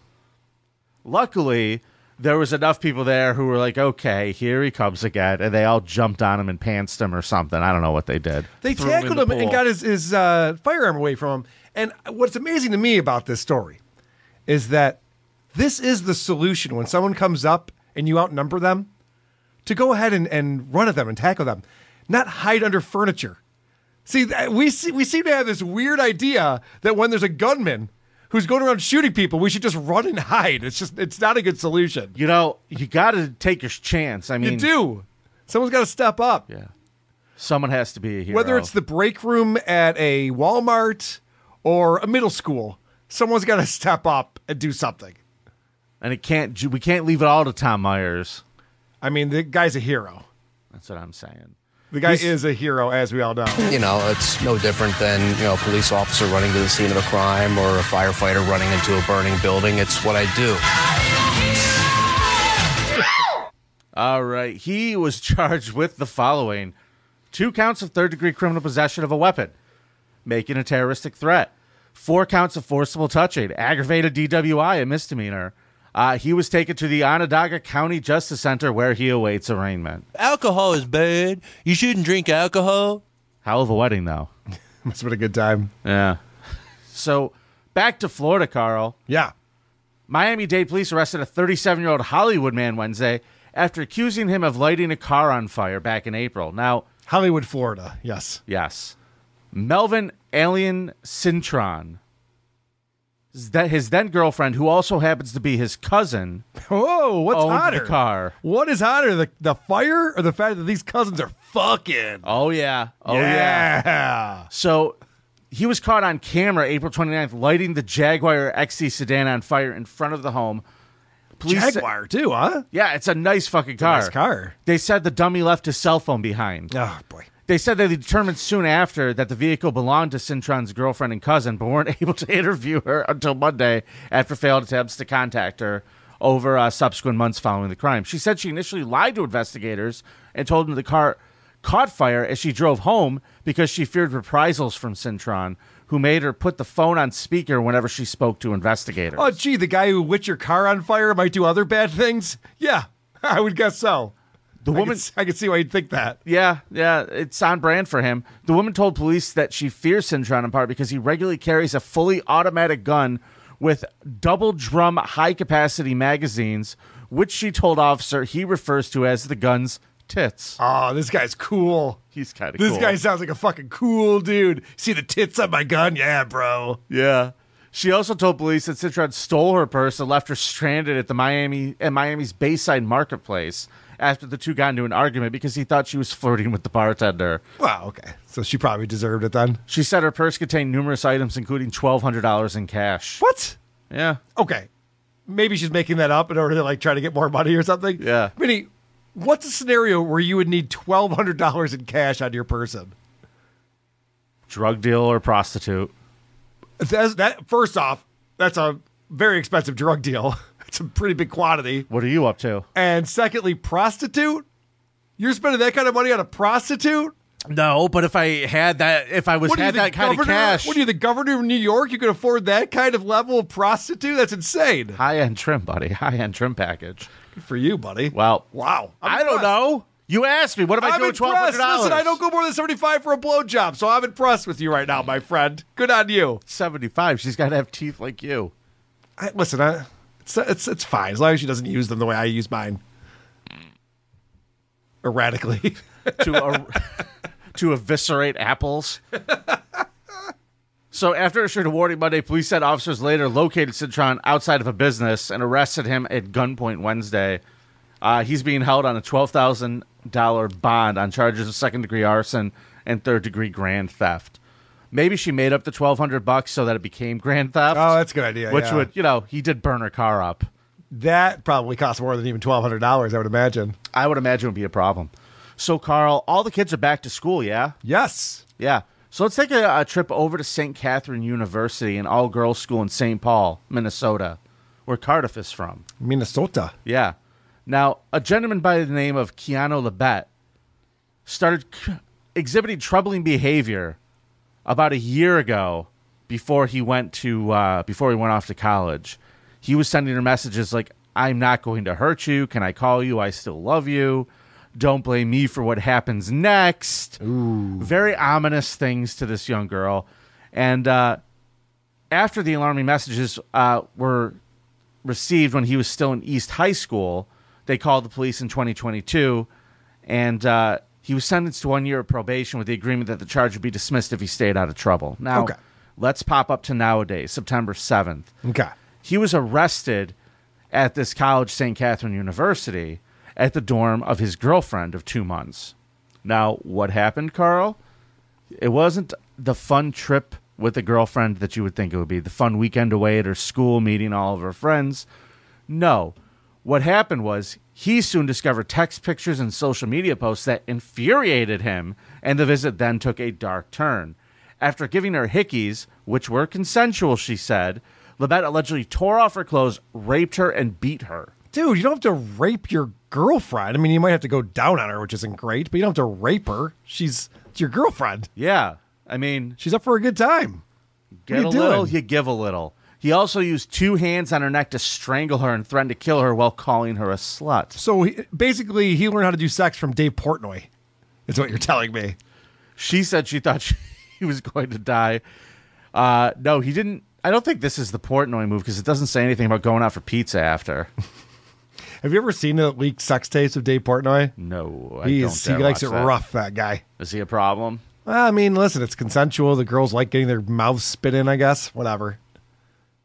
[SPEAKER 6] Luckily, there was enough people there who were like, okay, here he comes again. And they all jumped on him and pantsed him or something. I don't know what they did.
[SPEAKER 7] They
[SPEAKER 6] Threw in
[SPEAKER 7] tackled
[SPEAKER 6] the
[SPEAKER 7] him, and
[SPEAKER 6] pool.
[SPEAKER 7] got his, his uh, firearm away from him. And what's amazing to me about this story is that this is the solution when someone comes up and you outnumber them to go ahead and, and run at them and tackle them, not hide under furniture. See, th- we, see, we seem to have this weird idea that when there's a gunman who's going around shooting people, we should just run and hide. It's just, it's not a good solution.
[SPEAKER 6] You know, you got to take your chance. I mean,
[SPEAKER 7] you do. Someone's got to step up.
[SPEAKER 6] Yeah. Someone has to be a hero.
[SPEAKER 7] Whether it's the break room at a Walmart or a middle school, someone's got to step up and do something.
[SPEAKER 6] and it can't ju- we can't leave it all to Tom Myers.
[SPEAKER 7] I mean, the guy's a hero.
[SPEAKER 6] That's what I'm saying.
[SPEAKER 7] The guy
[SPEAKER 6] He's-
[SPEAKER 7] is a hero, as we all know.
[SPEAKER 10] You know, it's no different than, you know, a police officer running to the scene of a crime or a firefighter running into a burning building. It's what I do.
[SPEAKER 6] All right, he was charged with the following: two counts of third-degree criminal possession of a weapon, making a terroristic threat, four counts of forcible touching, aggravated DWI, a misdemeanor, Uh, he was taken to the Onondaga County Justice Center where he awaits arraignment.
[SPEAKER 11] Alcohol is bad. You shouldn't drink alcohol.
[SPEAKER 6] Hell of a wedding, though.
[SPEAKER 7] *laughs* Must have been a good time.
[SPEAKER 6] Yeah. So back to Florida, Carl.
[SPEAKER 7] Yeah.
[SPEAKER 6] Miami Dade police arrested a 37 year old Hollywood man Wednesday after accusing him of lighting a car on fire back in April. Now,
[SPEAKER 7] Hollywood, Florida. Yes.
[SPEAKER 6] Yes. Melvin Alien Cintron. His then- His then girlfriend, who also happens to be his cousin,
[SPEAKER 7] *laughs* Whoa, what's
[SPEAKER 6] owned the
[SPEAKER 7] hotter?
[SPEAKER 6] car.
[SPEAKER 7] What is hotter, the the fire or the fact that these cousins are fucking?
[SPEAKER 6] Oh yeah. Oh
[SPEAKER 7] yeah.
[SPEAKER 6] yeah. So he was caught on camera April 29th lighting the Jaguar XC sedan on fire in front of the home.
[SPEAKER 7] Jaguar, too, huh?
[SPEAKER 6] Yeah, it's a nice fucking
[SPEAKER 7] a
[SPEAKER 6] car.
[SPEAKER 7] nice car.
[SPEAKER 6] They said the dummy left his cell phone behind.
[SPEAKER 7] Oh boy.
[SPEAKER 6] They said that they determined soon after that the vehicle belonged to Cintron's girlfriend and cousin, but weren't *laughs* able to interview her until Monday after failed attempts to contact her over uh, subsequent months following the crime. She said she initially lied to investigators and told them the car caught fire as she drove home because she feared reprisals from Cintron, who made her put the phone on speaker whenever she spoke to investigators.
[SPEAKER 7] Oh, gee, the guy who lit your car on fire might do other bad things. Yeah, *laughs* I would guess so.
[SPEAKER 6] The
[SPEAKER 7] woman, I can see why you'd think that.
[SPEAKER 6] Yeah, yeah, it's on brand for him. The woman told police that she fears Cintron in part because he regularly carries a fully automatic gun with double drum high capacity magazines, which she told officer he refers to as the gun's tits.
[SPEAKER 7] Oh, this guy's cool.
[SPEAKER 6] He's kind of
[SPEAKER 7] This
[SPEAKER 6] cool.
[SPEAKER 7] guy sounds like a fucking cool dude. See the tits on my gun? Yeah, bro.
[SPEAKER 6] Yeah. She also told police that Citron stole her purse and left her stranded at the Miami at Miami's Bayside Marketplace after the two got into an argument because he thought she was flirting with the bartender.
[SPEAKER 7] Wow, okay. So she probably deserved it then.
[SPEAKER 6] She said her purse contained numerous items including twelve hundred dollars in cash.
[SPEAKER 7] What?
[SPEAKER 6] Yeah.
[SPEAKER 7] Okay. Maybe she's making that up in order to like try to get more money or something.
[SPEAKER 6] Yeah.
[SPEAKER 7] Vinny, what's a scenario where you would need twelve hundred dollars in cash on your person?
[SPEAKER 6] Drug deal or prostitute.
[SPEAKER 7] That's, that first off, that's a very expensive drug deal. *laughs* It's a pretty big quantity.
[SPEAKER 6] What are you up to?
[SPEAKER 7] And secondly, prostitute. You're spending that kind of money on a prostitute.
[SPEAKER 6] No, but if I had that, Uh, if I was
[SPEAKER 7] What are you,
[SPEAKER 6] had
[SPEAKER 7] the
[SPEAKER 6] that kind of
[SPEAKER 7] governor-
[SPEAKER 6] cash,
[SPEAKER 7] What are you, the governor of New York? You could afford that kind of level of prostitute? That's insane.
[SPEAKER 6] high end trim, buddy, high end trim package.
[SPEAKER 7] Good for you, buddy.
[SPEAKER 6] Wow,
[SPEAKER 7] Wow. I'm
[SPEAKER 6] I do not know. You asked me. What am I
[SPEAKER 7] I'm
[SPEAKER 6] doing? Twelve
[SPEAKER 7] impressed.
[SPEAKER 6] hundred dollars.
[SPEAKER 7] Listen, I don't go more than 75 for a blowjob, so I'm impressed with you right now, my friend. Good on you.
[SPEAKER 6] 75. She's got to have teeth like you.
[SPEAKER 7] I, listen, I, it's, it's, it's fine as long as she doesn't use them the way I use mine. Erratically.
[SPEAKER 6] *laughs* to er- a, *laughs* to eviscerate apples. So after issued a warning Monday, police said officers later located Citron outside of a business and arrested him at gunpoint Wednesday. Uh, he's being held on a twelve thousand dollar bond on charges of second degree arson and third degree grand theft. Maybe she made up the twelve hundred bucks so that it became grand theft.
[SPEAKER 7] Oh, that's a good idea,
[SPEAKER 6] Which
[SPEAKER 7] yeah.
[SPEAKER 6] would you know he did burn her car up.
[SPEAKER 7] that probably costs more than even $1,200, I would imagine.
[SPEAKER 6] I would imagine it would be a problem. So, Carl, all the kids are back to school, yeah?
[SPEAKER 7] Yes.
[SPEAKER 6] Yeah. So let's take a, a trip over to St. Catherine University, an all girls school in St. Paul, Minnesota, where Cardiff is from.
[SPEAKER 7] *laughs* Minnesota.
[SPEAKER 6] Yeah. Now, a gentleman by the name of Keanu Labette started c- exhibiting troubling behavior about a year ago before he went to uh, before he went off to college. He was sending her messages like, "I'm not going to hurt you. Can I call you? I still love you. Don't blame me for what happens next." Very ominous things to this young girl, and uh, after the alarming messages uh, were received when he was still in East High School, they called the police in 2022, and uh, he was sentenced to one year of probation with the agreement that the charge would be dismissed if he stayed out of trouble. Now,
[SPEAKER 7] Okay.
[SPEAKER 6] let's pop up to nowadays, September 7th.
[SPEAKER 7] Okay.
[SPEAKER 6] He was arrested at this college, St. Catherine University, at the dorm of his girlfriend of two months. Now, what happened, Carl? It wasn't the fun trip with a girlfriend that you would think it would be, the fun weekend away at her school, meeting all of her friends. No. What happened was he soon discovered text pictures and social media posts that infuriated him, and the visit then took a dark turn. After giving her hickeys, which were consensual, she said, Labette allegedly tore off her clothes, raped her, and beat her.
[SPEAKER 7] Dude, you don't have to rape your girlfriend. I mean, you might have to go down on her, which isn't great, but you don't have to rape her. She's it's your girlfriend.
[SPEAKER 6] Yeah. I mean,
[SPEAKER 7] she's up for a good time. what
[SPEAKER 6] Get a
[SPEAKER 7] are you
[SPEAKER 6] little,
[SPEAKER 7] doing?
[SPEAKER 6] you give a little. He also used two hands on her neck to strangle her and threatened to kill her while calling her a slut.
[SPEAKER 7] So he, basically, he learned how to do sex from Dave Portnoy, is what you're telling me.
[SPEAKER 6] She said she thought *laughs* she, he was going to die. Uh, no, he didn't. I don't think this is the Portnoy move because it doesn't say anything about going out for pizza after.
[SPEAKER 7] *laughs* Have you ever seen the leaked sex tapes of Dave Portnoy?
[SPEAKER 6] No, I
[SPEAKER 7] He's,
[SPEAKER 6] don't dare
[SPEAKER 7] he likes
[SPEAKER 6] watch
[SPEAKER 7] it
[SPEAKER 6] that.
[SPEAKER 7] rough. That guy.
[SPEAKER 6] Is he a problem?
[SPEAKER 7] Well, I mean, listen, it's consensual. The girls like getting their mouths spit in. I guess whatever. *laughs*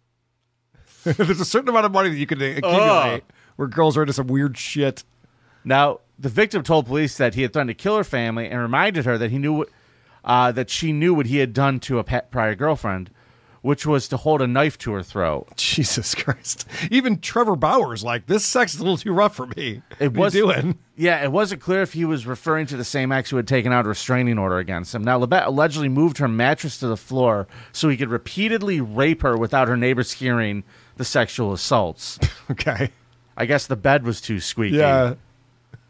[SPEAKER 7] There's a certain amount of money that you can accumulate where girls are into some weird shit.
[SPEAKER 6] Now, the victim told police that he had threatened to kill her family and reminded her that he knew what- uh, that she knew what he had done to a pet prior girlfriend, which was to hold a knife to her throat.
[SPEAKER 7] *laughs* Jesus Christ! Even Trevor Bowers like this sex is a little too rough for me.
[SPEAKER 6] It
[SPEAKER 7] What
[SPEAKER 6] was
[SPEAKER 7] are you doing?
[SPEAKER 6] Yeah, it wasn't clear if he was referring to the same ex who had taken out a restraining order against him. Now, Lebet allegedly moved her mattress to the floor so he could repeatedly rape her without her neighbors hearing the sexual assaults.
[SPEAKER 7] *laughs* okay.
[SPEAKER 6] I guess the bed was too squeaky.
[SPEAKER 7] Yeah.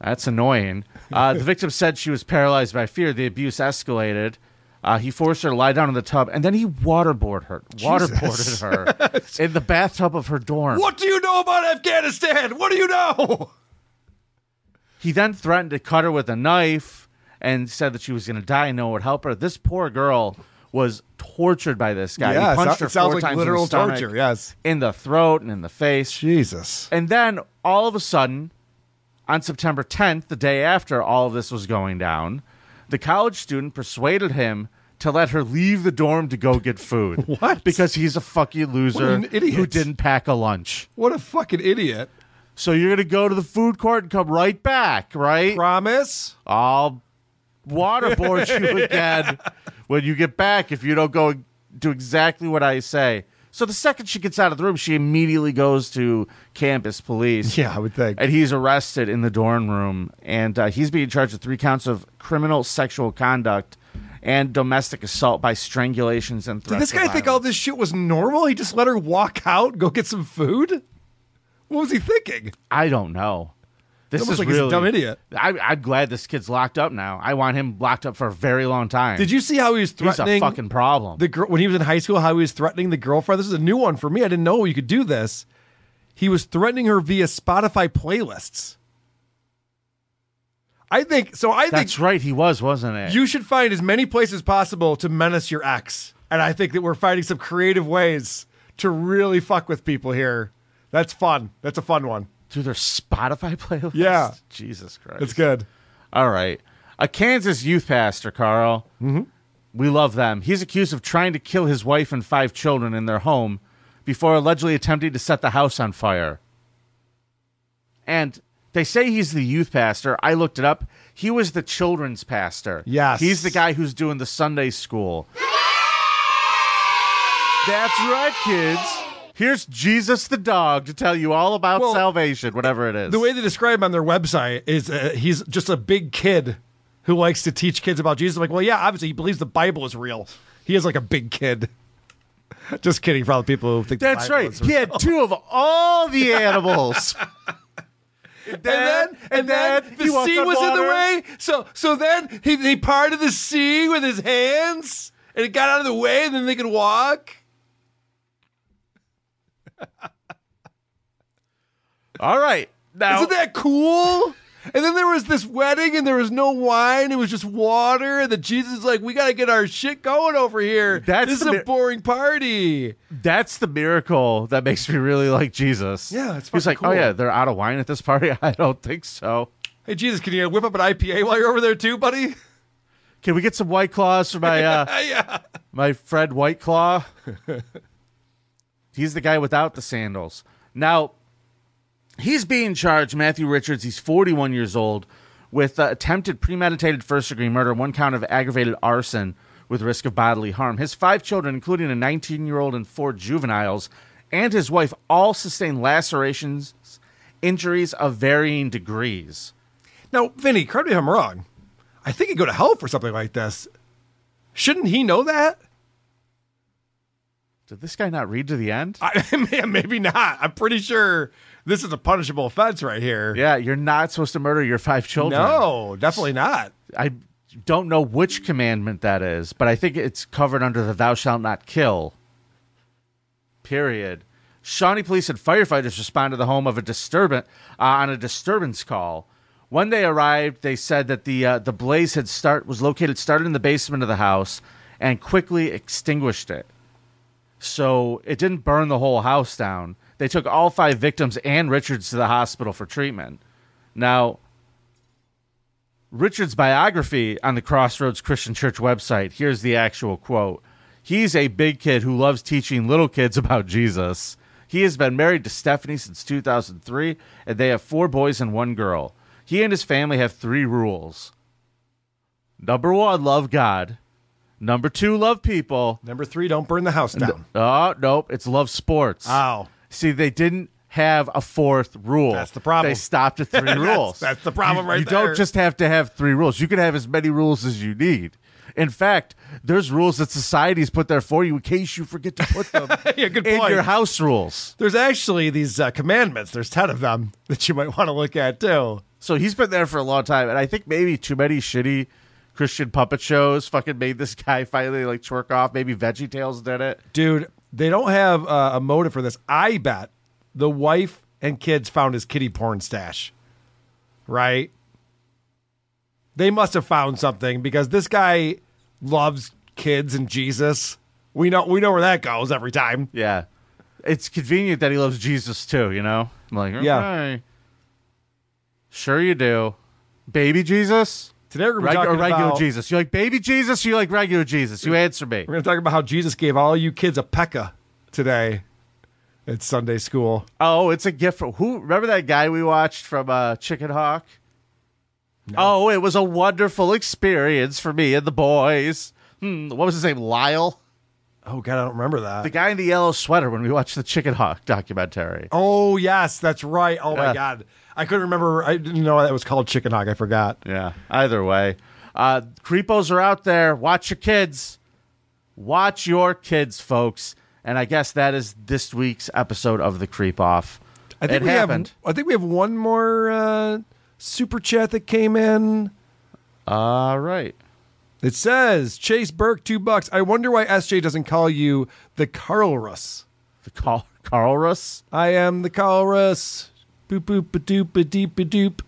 [SPEAKER 6] That's annoying. Uh, the victim said she was paralyzed by fear. The abuse escalated. Uh, he forced her to lie down in the tub, and then he waterboard her. Waterboarded
[SPEAKER 7] *laughs*
[SPEAKER 6] her in the bathtub of her dorm.
[SPEAKER 7] What do you know about Afghanistan? What do you know?
[SPEAKER 6] He then threatened to cut her with a knife and said that she was going to die and no one would help her. This poor girl was tortured by this guy.
[SPEAKER 7] Yeah,
[SPEAKER 6] he
[SPEAKER 7] it
[SPEAKER 6] punched
[SPEAKER 7] sou-
[SPEAKER 6] her
[SPEAKER 7] it sounds
[SPEAKER 6] four
[SPEAKER 7] like
[SPEAKER 6] times in
[SPEAKER 7] literal
[SPEAKER 6] the stomach,
[SPEAKER 7] torture, yes.
[SPEAKER 6] in the throat and in the face.
[SPEAKER 7] Jesus.
[SPEAKER 6] And then all of a sudden, on September 10th, the day after all of this was going down, the college student persuaded him to let her leave the dorm to go
[SPEAKER 7] *laughs*
[SPEAKER 6] get food. what? Because he's a fucking loser
[SPEAKER 7] an idiot.
[SPEAKER 6] who didn't pack a lunch.
[SPEAKER 7] What a fucking idiot.
[SPEAKER 6] So you're going to go to the food court and come right back, right?
[SPEAKER 7] Promise?
[SPEAKER 6] I'll waterboard
[SPEAKER 7] *laughs*
[SPEAKER 6] you again when you get back if you don't go and do exactly what I say. So the second she gets out of the room, she immediately goes to campus police.
[SPEAKER 7] Yeah, I would think.
[SPEAKER 6] And he's arrested in the dorm room, and uh, he's being charged with three counts of criminal sexual conduct and domestic assault by strangulations and
[SPEAKER 7] Did
[SPEAKER 6] threats.
[SPEAKER 7] this guy
[SPEAKER 6] of
[SPEAKER 7] think
[SPEAKER 6] violence.
[SPEAKER 7] all this shit was normal? He just let her walk out, go get some food? What was he thinking?
[SPEAKER 6] I don't know. This
[SPEAKER 7] almost
[SPEAKER 6] is
[SPEAKER 7] like he's a
[SPEAKER 6] really
[SPEAKER 7] dumb idiot.
[SPEAKER 6] I, I'm glad this kid's locked up now. I want him locked up for a very long time.
[SPEAKER 7] Did you see how he was
[SPEAKER 6] He's
[SPEAKER 7] threatening
[SPEAKER 6] a fucking problem.
[SPEAKER 7] the girl when he was in high school? How he was threatening the girlfriend. This is a new one for me. I didn't know you could do this. He was threatening her via Spotify playlists. I think so. I think
[SPEAKER 6] That's right. He was, wasn't it?
[SPEAKER 7] You should find as many places possible to menace your ex. And I think that we're finding some creative ways to really fuck with people here. That's fun. That's a fun one.
[SPEAKER 6] Through their Spotify *laughs* playlist?
[SPEAKER 7] Yeah.
[SPEAKER 6] Jesus Christ.
[SPEAKER 7] It's good.
[SPEAKER 6] All right. A Kansas youth pastor, Carl.
[SPEAKER 7] Mhm.
[SPEAKER 6] We love them. He's accused of trying to kill his wife and five children in their home before allegedly attempting to set the house on fire. And they say he's the youth pastor. I looked it up. He was the children's pastor.
[SPEAKER 7] Yes.
[SPEAKER 6] He's the guy who's doing the Sunday school. That's right, kids. Here's Jesus the dog to tell you all about salvation, whatever it is.
[SPEAKER 7] The way they describe him on their website is uh, he's just a big kid who likes to teach kids about Jesus. I'm like, well, yeah, obviously he believes the Bible is real. He is like a big kid. *laughs* Just kidding for all the people who think the
[SPEAKER 6] That's
[SPEAKER 7] Bible
[SPEAKER 6] right.
[SPEAKER 7] is
[SPEAKER 6] He had two of
[SPEAKER 7] *laughs*
[SPEAKER 6] all the animals.
[SPEAKER 7] and then and then,
[SPEAKER 6] then he
[SPEAKER 7] the
[SPEAKER 6] walked
[SPEAKER 7] sea
[SPEAKER 6] on
[SPEAKER 7] was in the
[SPEAKER 6] water.
[SPEAKER 7] way. So so then he they parted the sea with his hands, and it got out of the way, and then they could walk.
[SPEAKER 6] All right, now
[SPEAKER 7] isn't that cool? And then there was this wedding, and there was no wine. It was just water. And the Jesus is like, "We got to get our shit going over here.
[SPEAKER 6] That's
[SPEAKER 7] this is
[SPEAKER 6] the
[SPEAKER 7] a
[SPEAKER 6] mi-
[SPEAKER 7] boring party."
[SPEAKER 6] That's the miracle that makes me really like Jesus.
[SPEAKER 7] Yeah, it's
[SPEAKER 6] He's
[SPEAKER 7] fucking
[SPEAKER 6] like, oh
[SPEAKER 7] cool.
[SPEAKER 6] yeah, they're out of wine at this party. *laughs* I don't think so.
[SPEAKER 7] Hey Jesus, can you whip up an IPA while you're over there too, buddy?
[SPEAKER 6] Can we get some white claws for my uh, my Fred White Claw? He's the guy without the sandals. Now, he's being charged, Matthew Richards. He's 41 years old with uh, attempted premeditated first degree murder, one count of aggravated arson with risk of bodily harm. His five children, including a 19 year old and four juveniles, and his wife all sustained lacerations, injuries of varying degrees.
[SPEAKER 7] Now, Vinny, correct me if I'm wrong. I think he'd go to hell for something like this. Shouldn't he know that?
[SPEAKER 6] Did this guy not read to the end?
[SPEAKER 7] I, *laughs* maybe not. I'm pretty sure this is a punishable offense right here.
[SPEAKER 6] Yeah, you're not supposed to murder your five children.
[SPEAKER 7] No, definitely not.
[SPEAKER 6] I don't know which commandment that is, but I think it's covered under the thou shalt not kill period. Shawnee police and firefighters responded to the home of a disturbance uh, on a disturbance call. When they arrived, they said that the uh, the blaze had start was located started in the basement of the house and quickly extinguished it. So it didn't burn the whole house down. They took all five victims and Richards to the hospital for treatment. Now, Richard's biography on the Crossroads Christian Church website. Here's the actual quote. He's a big kid who loves teaching little kids about Jesus. He has been married to Stephanie since 2003, and they have four boys and one girl. He and his family have three rules. Number one, love God. Number two, love people.
[SPEAKER 7] Number three, don't burn the house down.
[SPEAKER 6] oh, nope. It's love sports.
[SPEAKER 7] Ow.
[SPEAKER 6] See, they didn't have a fourth rule. That's the
[SPEAKER 7] problem.
[SPEAKER 6] They stopped at
[SPEAKER 7] *laughs*
[SPEAKER 6] three
[SPEAKER 7] That's-
[SPEAKER 6] rules.
[SPEAKER 7] that's the problem
[SPEAKER 6] You-
[SPEAKER 7] right
[SPEAKER 6] you
[SPEAKER 7] there.
[SPEAKER 6] don't just have to have three rules. You can have as many rules as you need. In fact, there's rules that society's put there for you in case you forget to put them
[SPEAKER 7] *laughs* yeah, good
[SPEAKER 6] in
[SPEAKER 7] point.
[SPEAKER 6] your house rules.
[SPEAKER 7] There's actually these uh, commandments. There's ten of them *laughs* that you might want to look at too.
[SPEAKER 6] So he's been there for a long time, and I think maybe too many shitty Christian puppet shows fucking made this guy *laughs* finally like twerk off. Maybe Veggie Tales did it.
[SPEAKER 7] Dude, they don't have uh, a motive for this. I bet the wife and kids found his kitty porn stash, right? They must have found something because this guy loves kids and Jesus. We know we know where that goes every time.
[SPEAKER 6] Yeah, it's convenient that he loves Jesus too. You know, I'm like,
[SPEAKER 7] Yeah.
[SPEAKER 6] "Okay. sure you do, baby Jesus.
[SPEAKER 7] Today we're gonna be
[SPEAKER 6] Reg-
[SPEAKER 7] talking
[SPEAKER 6] or regular
[SPEAKER 7] about-
[SPEAKER 6] Jesus. You like baby Jesus? Or you like regular Jesus? You answer me.
[SPEAKER 7] We're gonna talk about how Jesus gave all you kids a pekka today at Sunday school.
[SPEAKER 6] Oh, it's a gift for who? Remember that guy we watched from uh, Chicken Hawk? Oh, it was a wonderful experience for me and the boys. Hmm, what was his name? Lyle,
[SPEAKER 7] Oh God, I don't remember that.
[SPEAKER 6] the guy in the yellow sweater when we watched the Chicken Hawk documentary.
[SPEAKER 7] Oh yes, that's right. Oh my
[SPEAKER 6] Yeah.
[SPEAKER 7] God, I couldn't remember. I didn't know that was called chicken hog. I forgot.
[SPEAKER 6] Yeah. Either way, uh, creepos are out there. Watch your kids. Watch your kids, folks. And I guess that is this week's episode of the Creep Off.
[SPEAKER 7] I think
[SPEAKER 6] it
[SPEAKER 7] we
[SPEAKER 6] happened.
[SPEAKER 7] have. I think we have one more uh, super chat that came in.
[SPEAKER 6] All right.
[SPEAKER 7] It says Chase Burke two bucks. I wonder why SJ doesn't call you the Carl Russ.
[SPEAKER 6] The Carl Carl Russ.
[SPEAKER 7] I am the Carl Russ. Boop boop ba doop ba deep ba doop.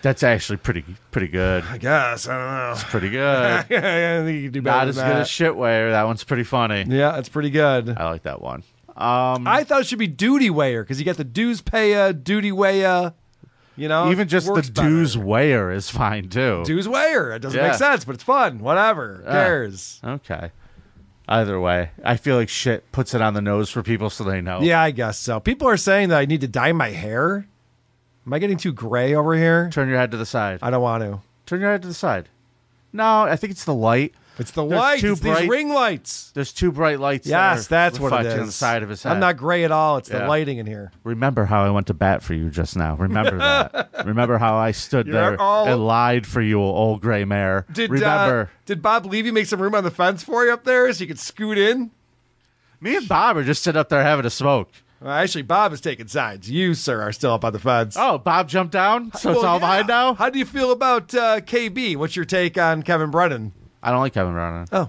[SPEAKER 6] That's actually pretty pretty good.
[SPEAKER 7] I guess I don't know. It's
[SPEAKER 6] pretty good.
[SPEAKER 7] *laughs* I think you can do better.
[SPEAKER 6] Uh, Not
[SPEAKER 7] than
[SPEAKER 6] as
[SPEAKER 7] that.
[SPEAKER 6] good as shitware. That one's pretty funny.
[SPEAKER 7] Yeah, that's pretty good.
[SPEAKER 6] I like that one. Um,
[SPEAKER 7] I thought it should be duty weigher because you got the dues payer, duty weigher. You know,
[SPEAKER 6] Even just the
[SPEAKER 7] Uh, works better.
[SPEAKER 6] dues wear is fine too.
[SPEAKER 7] dues weigher. It doesn't
[SPEAKER 6] Yeah.
[SPEAKER 7] make sense, but it's fun. Whatever. Who
[SPEAKER 6] Yeah.
[SPEAKER 7] cares?
[SPEAKER 6] Okay. Either way, I feel like shit puts it on the nose for people so they know.
[SPEAKER 7] Yeah, I guess so. People are saying that I need to dye my hair. Am I getting too gray over here?
[SPEAKER 6] Turn your head to the side.
[SPEAKER 7] I don't want to.
[SPEAKER 6] Turn your head to the side. No, I think it's the light.
[SPEAKER 7] It's the
[SPEAKER 6] There's
[SPEAKER 7] lights.
[SPEAKER 6] two
[SPEAKER 7] It's
[SPEAKER 6] bright-
[SPEAKER 7] these ring lights.
[SPEAKER 6] There's two bright lights.
[SPEAKER 7] Yes,
[SPEAKER 6] that are
[SPEAKER 7] that's what it
[SPEAKER 6] reflected
[SPEAKER 7] is.
[SPEAKER 6] on the side of his head.
[SPEAKER 7] I'm not gray at all. It's the
[SPEAKER 6] Yeah.
[SPEAKER 7] lighting in here.
[SPEAKER 6] Remember how I went to bat for you just now. Remember
[SPEAKER 7] *laughs*
[SPEAKER 6] that. Remember how I stood
[SPEAKER 7] You're
[SPEAKER 6] there
[SPEAKER 7] all-
[SPEAKER 6] and lied for you, old gray mare.
[SPEAKER 7] Did
[SPEAKER 6] Remember.
[SPEAKER 7] uh, did Bob Levy make some room on the fence for you up there so you could scoot in?
[SPEAKER 6] Me and Bob are just sitting up there having a smoke.
[SPEAKER 7] Well, actually, Bob is taking sides. You, sir, are still up on the fence.
[SPEAKER 6] Oh, Bob jumped down, so it's
[SPEAKER 7] Well,
[SPEAKER 6] all
[SPEAKER 7] yeah.
[SPEAKER 6] mine now?
[SPEAKER 7] How do you feel about uh, KB? What's your take on Kevin Brennan?
[SPEAKER 6] I don't like Kevin Ronan.
[SPEAKER 7] Oh.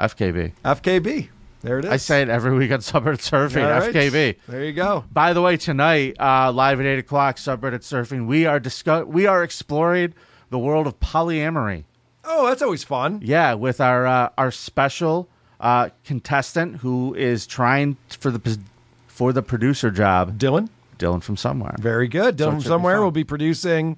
[SPEAKER 6] FKB.
[SPEAKER 7] FKB. There it is.
[SPEAKER 6] I say it every week on Suburban Surfing,
[SPEAKER 7] All right.
[SPEAKER 6] FKB.
[SPEAKER 7] There you go.
[SPEAKER 6] By the way, tonight, uh, live at 8 o'clock, Subreddit Surfing, we are discuss- we are exploring the world of polyamory.
[SPEAKER 7] Oh, that's always fun.
[SPEAKER 6] Yeah, with our uh, our special uh, contestant who is trying for the pos- for the producer job.
[SPEAKER 7] Dylan?
[SPEAKER 6] Dylan from somewhere.
[SPEAKER 7] Very good.
[SPEAKER 6] So it
[SPEAKER 7] Dylan from
[SPEAKER 6] should be
[SPEAKER 7] somewhere will be producing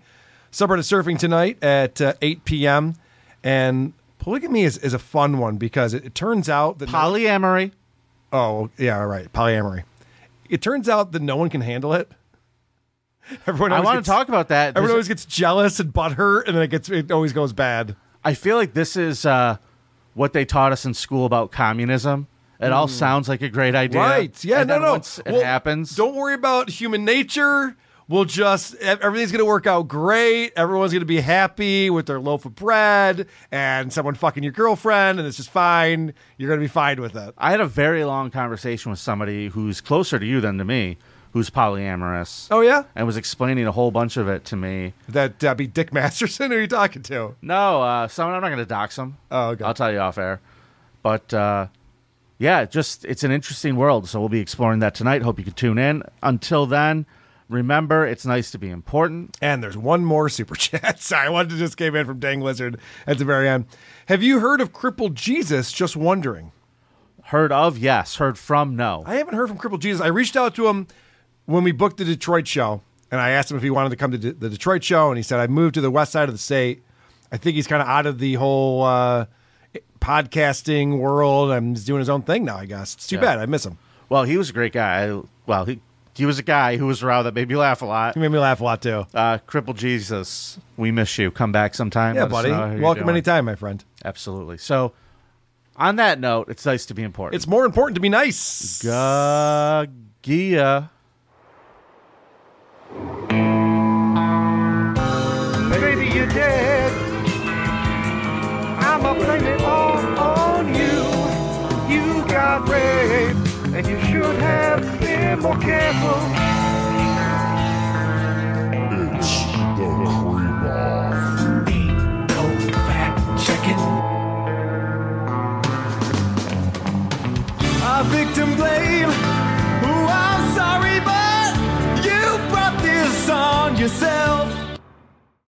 [SPEAKER 7] Subreddit Surfing tonight at uh, 8 p.m. And polygamy is, is a fun one because it, it turns out that
[SPEAKER 6] polyamory.
[SPEAKER 7] oh yeah, all right, polyamory. It turns out that no one can handle it. *laughs* Everyone,
[SPEAKER 6] I
[SPEAKER 7] always
[SPEAKER 6] want
[SPEAKER 7] gets-
[SPEAKER 6] to talk about that.
[SPEAKER 7] Everyone
[SPEAKER 6] There's-
[SPEAKER 7] always gets jealous and butthurt, and then it gets it always goes bad.
[SPEAKER 6] I feel like this is uh, what they taught us in school about communism. It all
[SPEAKER 7] Mm.
[SPEAKER 6] sounds like a great idea.
[SPEAKER 7] Right? Yeah.
[SPEAKER 6] And
[SPEAKER 7] no.
[SPEAKER 6] then
[SPEAKER 7] No.
[SPEAKER 6] once it
[SPEAKER 7] Well,
[SPEAKER 6] happens.
[SPEAKER 7] Don't worry about human nature. We'll just e- everything's going to work out great. Everyone's going to be happy with their loaf of bread and someone fucking your girlfriend, and it's just fine. You're going to be fine with it.
[SPEAKER 6] I had a very long conversation with somebody who's closer to you than to me, who's polyamorous.
[SPEAKER 7] Oh yeah.
[SPEAKER 6] And was explaining a whole bunch of it to me.
[SPEAKER 7] That uh, be Dick Masterson. *laughs* Who are you talking to?
[SPEAKER 6] No, uh, someone I'm not going to dox him.
[SPEAKER 7] Oh, okay.
[SPEAKER 6] I'll tell you off air. But uh, yeah, just it's an interesting world. So we'll be exploring that tonight. Hope you can tune in. Until then, remember it's nice to be important.
[SPEAKER 7] And there's one more super *laughs* chat. Sorry, one just came in from Dang Lizard at the very end. Have you heard of Crippled Jesus? Just wondering.
[SPEAKER 6] Heard of? Yes. Heard from? No.
[SPEAKER 7] I haven't heard from Crippled Jesus. I reached out to him when we booked the Detroit show, and I asked him if he wanted to come to De- the Detroit show, and he said I moved to the west side of the state. I think he's kind of out of the whole uh, podcasting world. I'm he's doing his own thing now. I guess it's too
[SPEAKER 6] Yeah.
[SPEAKER 7] bad. I miss him.
[SPEAKER 6] Well, he was a great guy. I, well, he he was a guy who was around that made me laugh a lot. He
[SPEAKER 7] made me laugh a lot too.
[SPEAKER 6] Uh, Cripple Jesus, we miss you. Come back sometime.
[SPEAKER 7] Yeah,
[SPEAKER 6] Let us
[SPEAKER 7] buddy.
[SPEAKER 6] know how you're
[SPEAKER 7] Welcome
[SPEAKER 6] doing.
[SPEAKER 7] anytime, my friend.
[SPEAKER 6] Absolutely. So, on that note, it's nice to be important.
[SPEAKER 7] It's more important to be nice.
[SPEAKER 6] Gagia.
[SPEAKER 15] Baby, you're dead. I'ma blame it all on you. You got raped, and you should have been more careful.